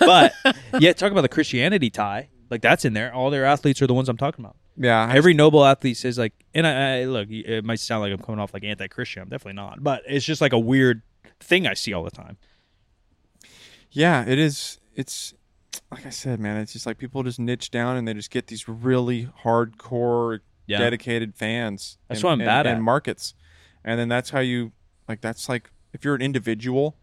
[SPEAKER 3] but yeah, talk about the Christianity tie. Like that's in there. All their athletes are the ones I'm talking about.
[SPEAKER 1] yeah, I-
[SPEAKER 3] every noble athlete says like and I, I look it might sound like i'm coming off like anti-christian i'm definitely not but it's just like a weird thing i see all the time
[SPEAKER 1] Yeah, it is. It's like I said, man. It's just like people just niche down and they just get these really hardcore,
[SPEAKER 3] Yeah.
[SPEAKER 1] dedicated fans.
[SPEAKER 3] That's
[SPEAKER 1] and-
[SPEAKER 3] what I'm
[SPEAKER 1] and-
[SPEAKER 3] bad at.
[SPEAKER 1] And markets, and then that's how you like. That's like if you're an individual,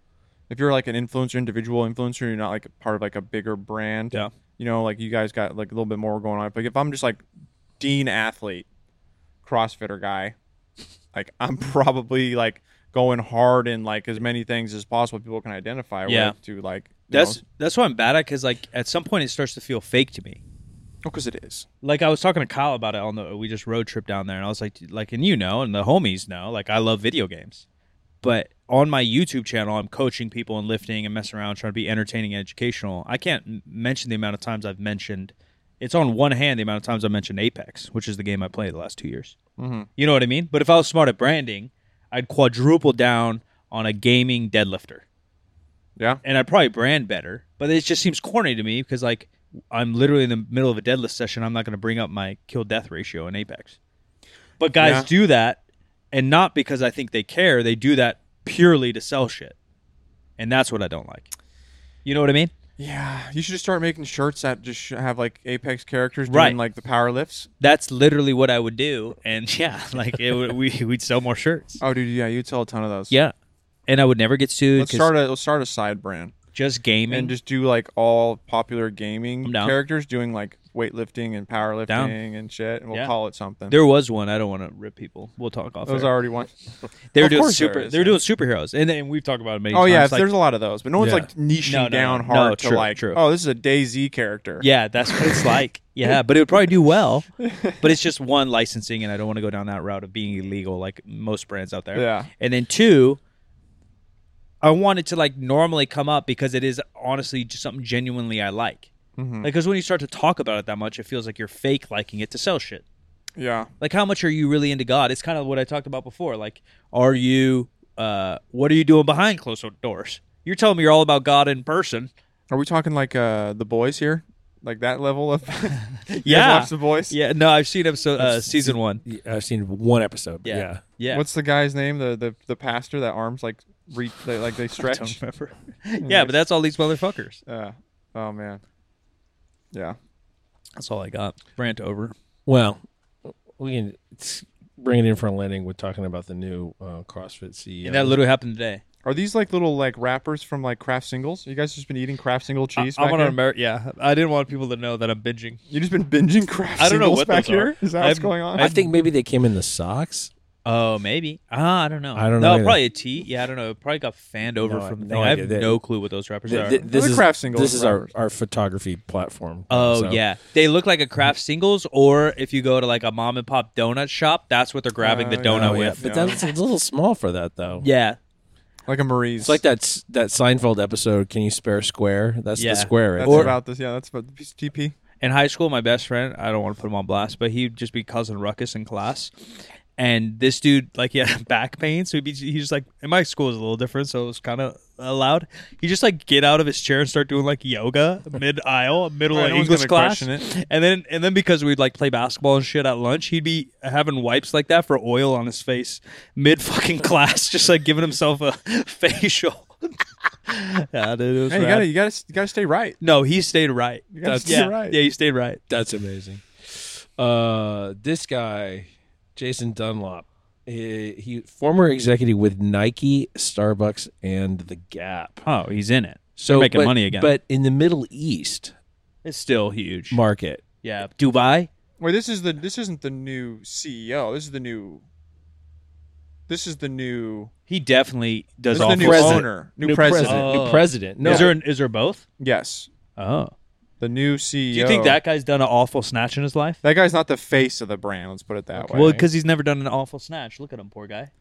[SPEAKER 1] if you're like an influencer, individual influencer, you're not like a part of like a bigger brand.
[SPEAKER 3] Yeah.
[SPEAKER 1] You know, like you guys got like a little bit more going on. Like if I'm just like Dean athlete, CrossFitter guy, like I'm probably like going hard in like as many things as possible people can identify
[SPEAKER 3] Yeah.
[SPEAKER 1] with to like you know,
[SPEAKER 3] that's that's what i'm bad at because like at some point it starts to feel fake to me
[SPEAKER 1] because it is.
[SPEAKER 3] like I was talking to Kyle about it on the we just road trip down there, and I was like, like, and you know, and the homies know, like I love video games, but on my YouTube channel, I'm coaching people and lifting and messing around, trying to be entertaining and educational. I can't m- mention the amount of times I've mentioned. It's on one hand the amount of times I mentioned Apex, which is the game I played the last two years.
[SPEAKER 1] Mhm.
[SPEAKER 3] You know what I mean? But if I was smart at branding, I'd quadruple down on a gaming deadlifter
[SPEAKER 1] Yeah.
[SPEAKER 3] and I'd probably brand better. But it just seems corny to me because like I'm literally in the middle of a deadlift session. I'm not going to bring up my kill death ratio in Apex. But guys
[SPEAKER 1] Yeah.
[SPEAKER 3] do that, and not because I think they care. They do that purely to sell shit, and that's what I don't like. You know what I mean?
[SPEAKER 1] Yeah. You should just start making shirts that just sh- have like Apex characters
[SPEAKER 3] Right.
[SPEAKER 1] doing like the power lifts.
[SPEAKER 3] That's literally what I would do, and yeah, like it, would- we we'd sell more shirts.
[SPEAKER 1] Oh, dude. Yeah. You'd sell a ton of those.
[SPEAKER 3] Yeah, and I would never get sued.
[SPEAKER 1] Let's
[SPEAKER 3] 'cause
[SPEAKER 1] start a let's start a side brand
[SPEAKER 3] just gaming.
[SPEAKER 1] and just do like all popular gaming
[SPEAKER 3] I'm down.
[SPEAKER 1] characters doing like weightlifting and powerlifting
[SPEAKER 3] Down.
[SPEAKER 1] and shit, and we'll
[SPEAKER 3] Yeah.
[SPEAKER 1] call it something.
[SPEAKER 3] There was one. I don't want to rip people. We'll talk off.
[SPEAKER 1] There was
[SPEAKER 3] air.
[SPEAKER 1] already one.
[SPEAKER 3] they were
[SPEAKER 1] Of
[SPEAKER 3] doing
[SPEAKER 1] course there
[SPEAKER 3] super.
[SPEAKER 1] is,
[SPEAKER 3] They were
[SPEAKER 1] yeah.
[SPEAKER 3] doing superheroes, and then we've talked about it many
[SPEAKER 1] Oh
[SPEAKER 3] times.
[SPEAKER 1] yeah,
[SPEAKER 3] like,
[SPEAKER 1] there's a lot of those, but no one's
[SPEAKER 2] Yeah.
[SPEAKER 1] like niching
[SPEAKER 3] No, no,
[SPEAKER 1] down
[SPEAKER 3] no,
[SPEAKER 1] hard to
[SPEAKER 3] true,
[SPEAKER 1] like,
[SPEAKER 3] true.
[SPEAKER 1] oh, this is a DayZ character.
[SPEAKER 3] yeah, that's what it's like. Yeah, but it would probably do well. But it's just one licensing, and I don't want to go down that route of being illegal like most brands out there.
[SPEAKER 1] Yeah.
[SPEAKER 3] and then two. I want it to like normally come up because it is honestly just something genuinely I like.
[SPEAKER 1] Mhm.
[SPEAKER 3] Because when you start to talk about it that much, it feels like you're fake liking it to sell shit.
[SPEAKER 1] yeah,
[SPEAKER 3] like how much are you really into god it's kind of what i talked about before like are you uh what are you doing behind closed doors you're telling me you're all about god in person
[SPEAKER 1] Are we talking like uh the boys here, like that level of? You guys
[SPEAKER 3] Yeah.
[SPEAKER 1] watch the boys.
[SPEAKER 3] yeah no i've seen episode uh, season one
[SPEAKER 2] Yeah, I've seen one episode. but
[SPEAKER 3] yeah
[SPEAKER 2] yeah.
[SPEAKER 3] yeah, yeah.
[SPEAKER 1] What's the guy's name? The the, the pastor that arms like re they, like they
[SPEAKER 3] I
[SPEAKER 1] stretch.
[SPEAKER 3] don't remember yeah but that's all these motherfuckers
[SPEAKER 1] Uh, oh man. Yeah.
[SPEAKER 3] that's all i got rant over
[SPEAKER 2] Well, we can s- bring it in for a landing with talking about the new uh, CrossFit CEO.
[SPEAKER 3] and that literally happened today
[SPEAKER 1] Are these like little like wrappers from like Kraft singles? You guys just been eating Kraft single cheese?
[SPEAKER 3] I,
[SPEAKER 1] back
[SPEAKER 3] am on
[SPEAKER 1] here?
[SPEAKER 3] America. yeah i didn't want people to know that i'm binging
[SPEAKER 1] You just been binging Kraft
[SPEAKER 3] I don't know
[SPEAKER 1] singles
[SPEAKER 3] what
[SPEAKER 1] back
[SPEAKER 3] those are.
[SPEAKER 1] here. Is that what's
[SPEAKER 3] I've-
[SPEAKER 1] going on?
[SPEAKER 2] I think maybe they came in the socks.
[SPEAKER 3] oh maybe ah, i don't know
[SPEAKER 2] I don't
[SPEAKER 3] no,
[SPEAKER 2] know either.
[SPEAKER 3] probably a tea yeah i don't know It probably got fanned over
[SPEAKER 2] No,
[SPEAKER 3] from the
[SPEAKER 2] no
[SPEAKER 3] thing i have
[SPEAKER 2] idea. They-
[SPEAKER 3] no clue what those rappers are
[SPEAKER 2] Th- th- this
[SPEAKER 1] They're
[SPEAKER 2] is
[SPEAKER 1] craft singles,
[SPEAKER 2] This is our,
[SPEAKER 1] wrappers.
[SPEAKER 2] our photography platform.
[SPEAKER 3] Oh
[SPEAKER 2] So-
[SPEAKER 3] yeah, they look like a craft singles, or if you go to like a mom and pop donut shop, that's what they're grabbing the
[SPEAKER 1] Oh,
[SPEAKER 3] donut
[SPEAKER 2] Oh, yeah.
[SPEAKER 3] with.
[SPEAKER 2] But
[SPEAKER 1] Yeah.
[SPEAKER 2] that's a little small for that though.
[SPEAKER 3] Yeah,
[SPEAKER 1] like a Marie's.
[SPEAKER 2] It's like that s- that Seinfeld episode. Can you spare a square? That's
[SPEAKER 3] Yeah.
[SPEAKER 2] the square, right?
[SPEAKER 1] That's
[SPEAKER 2] there.
[SPEAKER 1] about this. Yeah, that's about the piece of TP.
[SPEAKER 3] in high school, my best friend, I don't want to put him on blast, but he'd just be causing ruckus in class. And this dude, like, he had back pain, so he'd be, he just like, in my school was a little different, so it was kind of allowed. He just like get out of his chair and start doing like yoga mid aisle, middle
[SPEAKER 1] Right,
[SPEAKER 3] of
[SPEAKER 1] no one's
[SPEAKER 3] English
[SPEAKER 1] gonna
[SPEAKER 3] class,
[SPEAKER 1] question it.
[SPEAKER 3] and then and then because we'd like play basketball and shit at lunch, he'd be having wipes like that for oil on his face mid fucking class, just like giving himself a facial. yeah, dude, it was
[SPEAKER 1] Hey, you
[SPEAKER 3] rad.
[SPEAKER 1] gotta you gotta you gotta stay right.
[SPEAKER 3] no, he stayed right.
[SPEAKER 1] gotta
[SPEAKER 3] That's-
[SPEAKER 1] stay
[SPEAKER 3] yeah,
[SPEAKER 1] right.
[SPEAKER 3] yeah, he stayed right.
[SPEAKER 2] That's amazing. Uh, this guy, Jason Dunlop, he, he former executive with Nike, Starbucks, and the Gap.
[SPEAKER 3] Oh, he's in it.
[SPEAKER 2] So
[SPEAKER 3] They're making
[SPEAKER 2] but-
[SPEAKER 3] money again.
[SPEAKER 2] But in the Middle East
[SPEAKER 3] It's still huge.
[SPEAKER 2] market,
[SPEAKER 3] yeah, Dubai.
[SPEAKER 1] Wait, this is the this isn't the new CEO. This is the new. This is the new.
[SPEAKER 3] He definitely does
[SPEAKER 1] this is
[SPEAKER 3] all.
[SPEAKER 1] the new
[SPEAKER 2] President.
[SPEAKER 1] owner, new, president. Uh,
[SPEAKER 3] Oh.
[SPEAKER 2] new president. No,
[SPEAKER 3] Is there an, is there both?
[SPEAKER 1] Yes,
[SPEAKER 3] Oh,
[SPEAKER 1] the new CEO.
[SPEAKER 3] do you think that guy's done an awful snatch in his life?
[SPEAKER 1] that guy's not the face of the brand? Let's put it that way.
[SPEAKER 3] Well, because he's never done an awful snatch. Look at him, poor guy.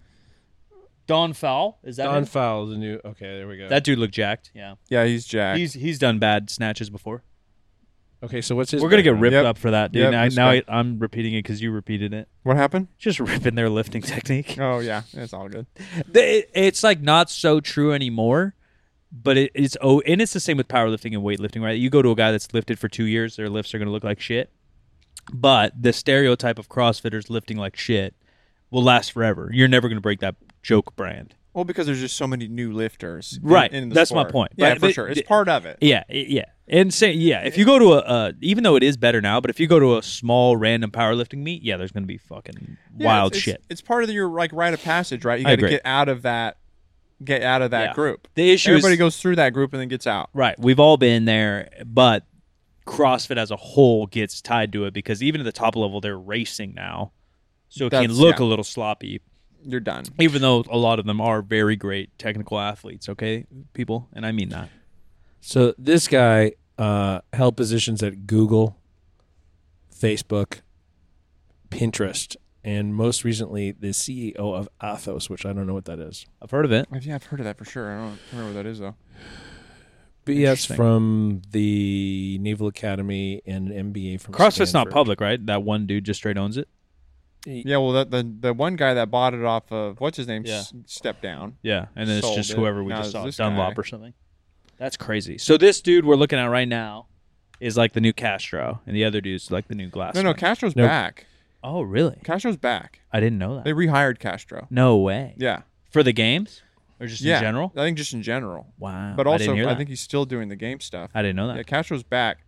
[SPEAKER 3] Don Fowl is that
[SPEAKER 2] Don
[SPEAKER 3] him?
[SPEAKER 2] Fowles, the new. Okay, there we go.
[SPEAKER 3] that dude looked jacked. Yeah,
[SPEAKER 1] yeah, he's Jack.
[SPEAKER 3] he's he's done bad snatches before.
[SPEAKER 2] okay, so what's his?
[SPEAKER 3] We're gonna get ripped
[SPEAKER 1] Yep.
[SPEAKER 3] up for that, dude.
[SPEAKER 1] Yep,
[SPEAKER 3] Now I, now I,
[SPEAKER 1] respect.
[SPEAKER 3] I'm repeating it because you repeated it.
[SPEAKER 1] what happened?
[SPEAKER 3] Just ripping their lifting technique.
[SPEAKER 1] Oh yeah, it's all good.
[SPEAKER 3] They- it- it's like not so true anymore but it, it's oh and it's the same with powerlifting and weightlifting right you go to a guy that's lifted for two years their lifts are going to look like shit but the stereotype of crossfitters lifting like shit will last forever you're never going to break that joke brand
[SPEAKER 1] Well, because there's just so many new lifters. in-
[SPEAKER 3] Right,
[SPEAKER 1] In, the
[SPEAKER 3] that's my
[SPEAKER 1] sport.
[SPEAKER 3] point.
[SPEAKER 1] Yeah,
[SPEAKER 3] But-
[SPEAKER 1] for
[SPEAKER 3] but-
[SPEAKER 1] sure. It's part of it.
[SPEAKER 3] yeah i- yeah and say yeah if you go to a uh, even though it is better now but if you go to a small random powerlifting meet yeah there's going to be fucking
[SPEAKER 1] Yeah,
[SPEAKER 3] wild
[SPEAKER 1] it's,
[SPEAKER 3] shit
[SPEAKER 1] It's, it's part of your like rite of passage, right? You
[SPEAKER 3] I
[SPEAKER 1] got to
[SPEAKER 3] agree.
[SPEAKER 1] get out of that. Get out of that
[SPEAKER 3] Yeah.
[SPEAKER 1] group.
[SPEAKER 3] The issue is-
[SPEAKER 1] Everybody goes through that group and then gets out.
[SPEAKER 3] Right. We've all been there, but CrossFit as a whole gets tied to it because even at the top level, they're racing now. So it can
[SPEAKER 1] That's-
[SPEAKER 3] look
[SPEAKER 1] yeah.
[SPEAKER 3] a little sloppy,
[SPEAKER 1] You're done.
[SPEAKER 3] even though a lot of them are very great technical athletes, okay, people? And I mean that.
[SPEAKER 2] So this guy uh, held positions at Google, Facebook, Pinterest, and most recently the CEO of Athos, which I don't know what that is.
[SPEAKER 3] I've heard of it.
[SPEAKER 1] I've- Yeah, I've heard of that for sure. I don't remember what that is though.
[SPEAKER 2] But yes,
[SPEAKER 3] Interesting.
[SPEAKER 2] from the Naval Academy and an MBA from
[SPEAKER 3] CrossFit's not
[SPEAKER 2] Stanford.
[SPEAKER 3] public, right? That one dude just straight owns it.
[SPEAKER 1] Yeah, well, that, the the one guy that bought it off of what's his name
[SPEAKER 3] Yeah.
[SPEAKER 1] s- stepped down.
[SPEAKER 3] Yeah. And then it's
[SPEAKER 1] Sold
[SPEAKER 3] just
[SPEAKER 1] it.
[SPEAKER 3] whoever we
[SPEAKER 1] Now
[SPEAKER 3] just
[SPEAKER 1] it's
[SPEAKER 3] saw,
[SPEAKER 1] this
[SPEAKER 3] Dunlop
[SPEAKER 1] guy.
[SPEAKER 3] or something. That's crazy. So this dude we're looking at right now is like the new Castro, and the other dude's like the new Glass.
[SPEAKER 1] No, no, Castro's
[SPEAKER 2] No.
[SPEAKER 1] back.
[SPEAKER 3] oh, really?
[SPEAKER 1] Castro's back.
[SPEAKER 3] I didn't know
[SPEAKER 1] They
[SPEAKER 3] that.
[SPEAKER 1] rehired Castro.
[SPEAKER 3] No way.
[SPEAKER 1] Yeah,
[SPEAKER 3] For the games? Or just
[SPEAKER 1] yeah.
[SPEAKER 3] in general?
[SPEAKER 1] I think just in general,
[SPEAKER 3] Wow.
[SPEAKER 1] but
[SPEAKER 3] I
[SPEAKER 1] also
[SPEAKER 3] didn't hear
[SPEAKER 1] I,
[SPEAKER 3] that.
[SPEAKER 1] think he's still doing the game stuff.
[SPEAKER 3] I didn't know that.
[SPEAKER 1] Yeah, Castro's back.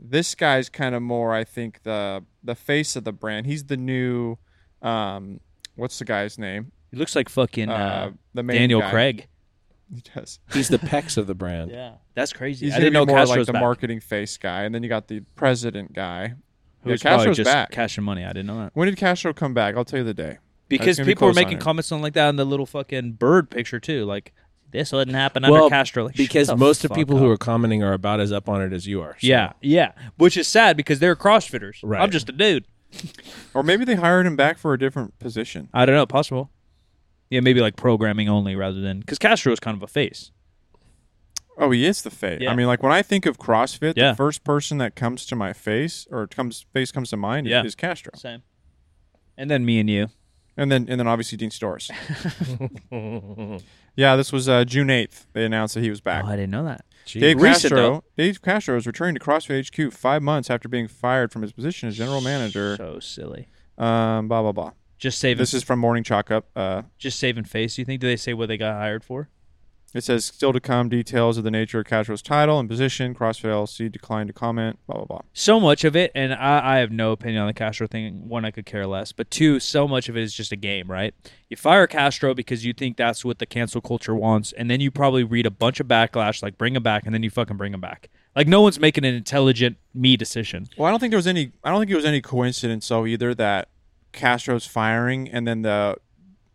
[SPEAKER 1] This guy's kind of more, I think, the the face of the brand. He's the new, um, what's the guy's name?
[SPEAKER 3] He looks like fucking uh,
[SPEAKER 1] the main
[SPEAKER 3] Daniel
[SPEAKER 1] guy.
[SPEAKER 3] Craig.
[SPEAKER 1] He does.
[SPEAKER 2] He's the pecs of the brand.
[SPEAKER 3] Yeah, that's crazy.
[SPEAKER 1] He's
[SPEAKER 3] I
[SPEAKER 1] gonna
[SPEAKER 3] didn't
[SPEAKER 1] be
[SPEAKER 3] know
[SPEAKER 1] more
[SPEAKER 3] Castro's
[SPEAKER 1] like the
[SPEAKER 3] back.
[SPEAKER 1] marketing face guy, and then you got the president guy.
[SPEAKER 3] Who
[SPEAKER 1] Yeah,
[SPEAKER 3] was probably
[SPEAKER 1] Castro's
[SPEAKER 3] just
[SPEAKER 1] back.
[SPEAKER 3] cashing money. I didn't know that.
[SPEAKER 1] When did Castro come back? I'll tell you the day.
[SPEAKER 3] Because
[SPEAKER 1] gonna be
[SPEAKER 3] people were
[SPEAKER 1] close on
[SPEAKER 3] making
[SPEAKER 1] it.
[SPEAKER 3] comments on like that on the little fucking bird picture too. Like this wouldn't happen under Castro. Like,
[SPEAKER 2] because
[SPEAKER 3] shut the
[SPEAKER 2] most of
[SPEAKER 3] fuck
[SPEAKER 2] people
[SPEAKER 3] up.
[SPEAKER 2] who are commenting are about as up on it as you are. so-
[SPEAKER 3] yeah, yeah, which is sad because they're CrossFitters.
[SPEAKER 2] Right.
[SPEAKER 3] I'm just a dude.
[SPEAKER 1] Or maybe they hired him back for a different position.
[SPEAKER 3] I don't know. Possible. Yeah, maybe like programming only rather than because Castro is kind of a face.
[SPEAKER 1] Oh, he is the face.
[SPEAKER 3] Yeah.
[SPEAKER 1] I mean, like when I think of CrossFit,
[SPEAKER 3] Yeah.
[SPEAKER 1] the first person that comes to my face or comes face comes to mind is-
[SPEAKER 3] Yeah.
[SPEAKER 1] is, Castro,
[SPEAKER 3] Same. And then me and you.
[SPEAKER 1] and then and then obviously Dean Storrs. yeah, this was uh, June eighth. They announced that he was back.
[SPEAKER 3] Oh, I didn't know that.
[SPEAKER 2] Jeez.
[SPEAKER 1] Dave
[SPEAKER 3] Recent,
[SPEAKER 1] Castro. Dave Castro is returning to CrossFit HQ five months after being fired from his position as general manager.
[SPEAKER 3] So silly.
[SPEAKER 1] Um, blah blah blah.
[SPEAKER 3] Just saving.
[SPEAKER 1] This is from Morning Chalk Up. Uh,
[SPEAKER 3] just saving face. You think? Do they say what they got hired for?
[SPEAKER 1] It says still to come details of the nature of Castro's title and position. CrossFit LLC declined to comment. Blah blah blah.
[SPEAKER 3] So much of it, and I, I have no opinion on the Castro thing. One, I could care less. But two, so much of it is just a game, right? You fire Castro because you think that's what the cancel culture wants, and then you probably read a bunch of backlash, like bring him back, and then you fucking bring him back. Like no one's making an intelligent me decision.
[SPEAKER 1] Well, I don't think there was any. I don't think it was any coincidence though either that Castro's firing and then the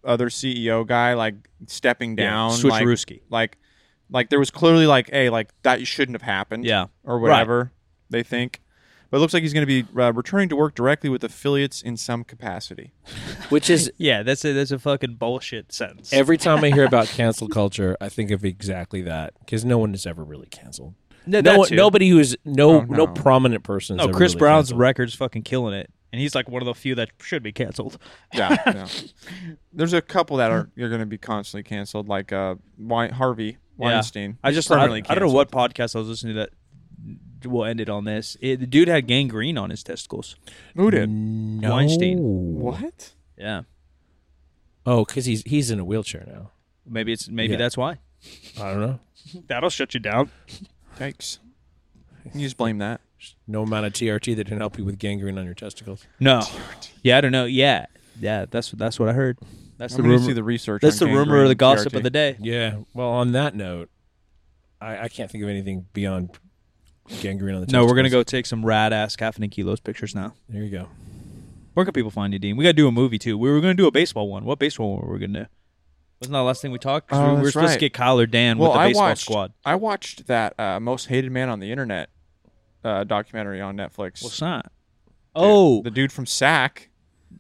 [SPEAKER 1] other CEO guy like stepping
[SPEAKER 3] Yeah,
[SPEAKER 1] down. like,
[SPEAKER 3] Switcherooski.
[SPEAKER 1] like, like there was clearly like, hey, like that shouldn't have happened.
[SPEAKER 3] Yeah.
[SPEAKER 1] or
[SPEAKER 3] Right.
[SPEAKER 1] whatever they think. But it looks like he's going to be uh, returning to work directly with affiliates in some capacity.
[SPEAKER 2] Which is
[SPEAKER 3] Yeah, that's a that's a fucking bullshit sentence.
[SPEAKER 2] every time I hear about cancel culture, I think of exactly that because no one is ever really canceled.
[SPEAKER 3] no,
[SPEAKER 2] No,
[SPEAKER 3] that
[SPEAKER 2] one,
[SPEAKER 3] too.
[SPEAKER 2] nobody who's no,
[SPEAKER 1] Oh,
[SPEAKER 2] no
[SPEAKER 1] no.
[SPEAKER 2] prominent person.
[SPEAKER 3] No, Chris Brown's record's fucking killing it, and he's like one of the few that should be canceled.
[SPEAKER 1] Yeah, yeah. There's a couple that are you're going to be constantly canceled, like uh, Wein- Harvey
[SPEAKER 3] Yeah.
[SPEAKER 1] Weinstein.
[SPEAKER 3] I just I,
[SPEAKER 1] permanently
[SPEAKER 3] I don't know
[SPEAKER 1] canceled.
[SPEAKER 3] what podcast I was listening to that will end it on this. It, the dude had gangrene on his testicles.
[SPEAKER 1] Who did?
[SPEAKER 2] no.
[SPEAKER 3] Weinstein.
[SPEAKER 1] What?
[SPEAKER 3] Yeah,
[SPEAKER 2] Oh, because he's he's in a wheelchair now.
[SPEAKER 3] maybe it's maybe
[SPEAKER 2] Yeah.
[SPEAKER 3] that's why.
[SPEAKER 2] I don't know.
[SPEAKER 3] That'll shut you down.
[SPEAKER 1] Yikes. You just blame that.
[SPEAKER 2] No amount of TRT that can help you with gangrene on your testicles.
[SPEAKER 3] No, yeah, I don't know. Yeah, yeah, that's that's what I heard. That's
[SPEAKER 1] I'm
[SPEAKER 3] the
[SPEAKER 1] going to
[SPEAKER 3] rumor.
[SPEAKER 1] see the research.
[SPEAKER 3] that's the
[SPEAKER 1] on
[SPEAKER 3] rumor
[SPEAKER 1] gangrene
[SPEAKER 3] or the gossip
[SPEAKER 1] TRT.
[SPEAKER 3] of the day.
[SPEAKER 2] Yeah. Well, on that note, I, I can't think of anything beyond gangrene on the.
[SPEAKER 3] No, we're gonna
[SPEAKER 2] testicles.
[SPEAKER 3] go take some rad ass Caffeine and Kilos pictures now.
[SPEAKER 2] There you go.
[SPEAKER 3] Where can people find you, Dean? We gotta do a movie too. We were gonna do a baseball one. What baseball one were we gonna do? Wasn't that the last thing we talked? 'Cause
[SPEAKER 1] Oh,
[SPEAKER 3] we were
[SPEAKER 1] that's
[SPEAKER 3] supposed to
[SPEAKER 1] right.
[SPEAKER 3] get Kyle or Dan
[SPEAKER 1] Well,
[SPEAKER 3] with the
[SPEAKER 1] I
[SPEAKER 3] baseball
[SPEAKER 1] watched.
[SPEAKER 3] squad.
[SPEAKER 1] I watched that uh, most hated man on the internet uh, documentary on Netflix.
[SPEAKER 3] What's that?
[SPEAKER 1] Dude,
[SPEAKER 3] Oh,
[SPEAKER 1] the dude from SAC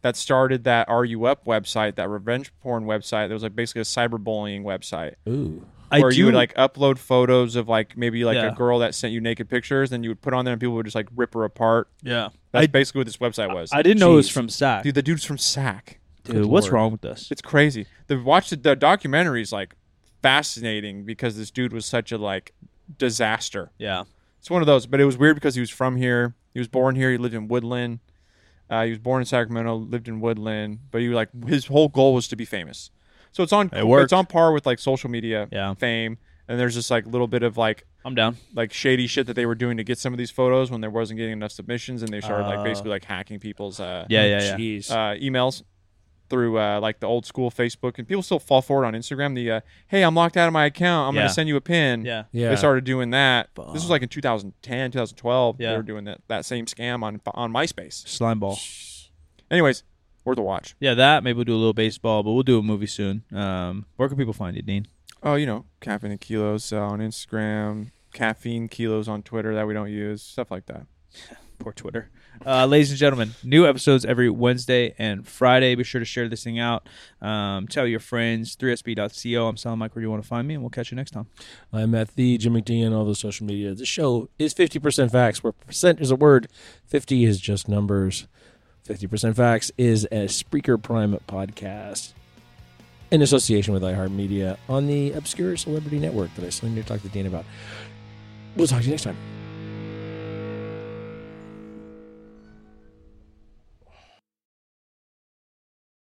[SPEAKER 1] that started that Are You Up website, that revenge porn website. That was like basically a cyberbullying website.
[SPEAKER 2] Ooh.
[SPEAKER 3] I
[SPEAKER 1] where you would
[SPEAKER 3] do-
[SPEAKER 1] like upload photos of like maybe like
[SPEAKER 3] Yeah.
[SPEAKER 1] a girl that sent you naked pictures, then you would put on there and people would just like rip her apart.
[SPEAKER 3] Yeah,
[SPEAKER 1] That's
[SPEAKER 3] I,
[SPEAKER 1] basically what this website was.
[SPEAKER 3] I didn't know it was
[SPEAKER 2] Jeez.
[SPEAKER 3] from SAC.
[SPEAKER 1] Dude,
[SPEAKER 3] Dude,
[SPEAKER 1] the dude's from SAC.
[SPEAKER 2] good
[SPEAKER 3] what's
[SPEAKER 2] lord.
[SPEAKER 3] wrong with us?
[SPEAKER 1] It's crazy. The watch the, the documentary is like fascinating because this dude was such a like disaster.
[SPEAKER 3] Yeah,
[SPEAKER 1] It's one of those, but it was weird because he was from here. He was born here. He lived in Woodland. Uh, he was born in Sacramento, lived in Woodland, but he like his whole goal was to be famous. So it's on
[SPEAKER 3] It worked.
[SPEAKER 1] it's on par with like social media
[SPEAKER 3] Yeah.
[SPEAKER 1] fame, and there's just like little bit of like
[SPEAKER 3] I'm down.
[SPEAKER 1] like shady shit that they were doing to get some of these photos when there wasn't getting enough submissions, and they started
[SPEAKER 3] Oh.
[SPEAKER 1] like basically like hacking people's uh,
[SPEAKER 3] Yeah, yeah, yeah.
[SPEAKER 2] Jeez.
[SPEAKER 1] uh, emails through uh, like the old school Facebook, and people still fall for it on Instagram. The uh, hey, I'm locked out of my account. I'm
[SPEAKER 3] Yeah.
[SPEAKER 1] gonna send you a pin.
[SPEAKER 3] Yeah.
[SPEAKER 2] yeah.
[SPEAKER 1] They started doing that. This was
[SPEAKER 2] Fuck.
[SPEAKER 1] like in 2010, 2012.
[SPEAKER 3] Yeah.
[SPEAKER 1] They were doing that, that same scam on on MySpace.
[SPEAKER 3] Slime ball.
[SPEAKER 1] Anyways, worth a watch.
[SPEAKER 3] Yeah, that maybe we'll do a little baseball, but we'll do a movie soon. Um, where can people find you, Dean?
[SPEAKER 1] Oh, you know, caffeine and kilos uh, on Instagram, caffeine kilos on Twitter that we don't use, stuff like that.
[SPEAKER 3] Poor Twitter. Uh, ladies and gentlemen, new episodes every Wednesday and Friday. Be sure to share this thing out. Um, tell your friends. 3sb.co. I'm Sal Mike, where you want to find me, and we'll catch you next time.
[SPEAKER 2] I'm at the Jim McD on all the social media. The show is 50% facts, where percent is a word, 50 is just numbers. 50% facts is a Spreaker Prime podcast in association with iHeartMedia on the Obscure Celebrity Network that I still need to talk to Dean about. We'll talk to you next time.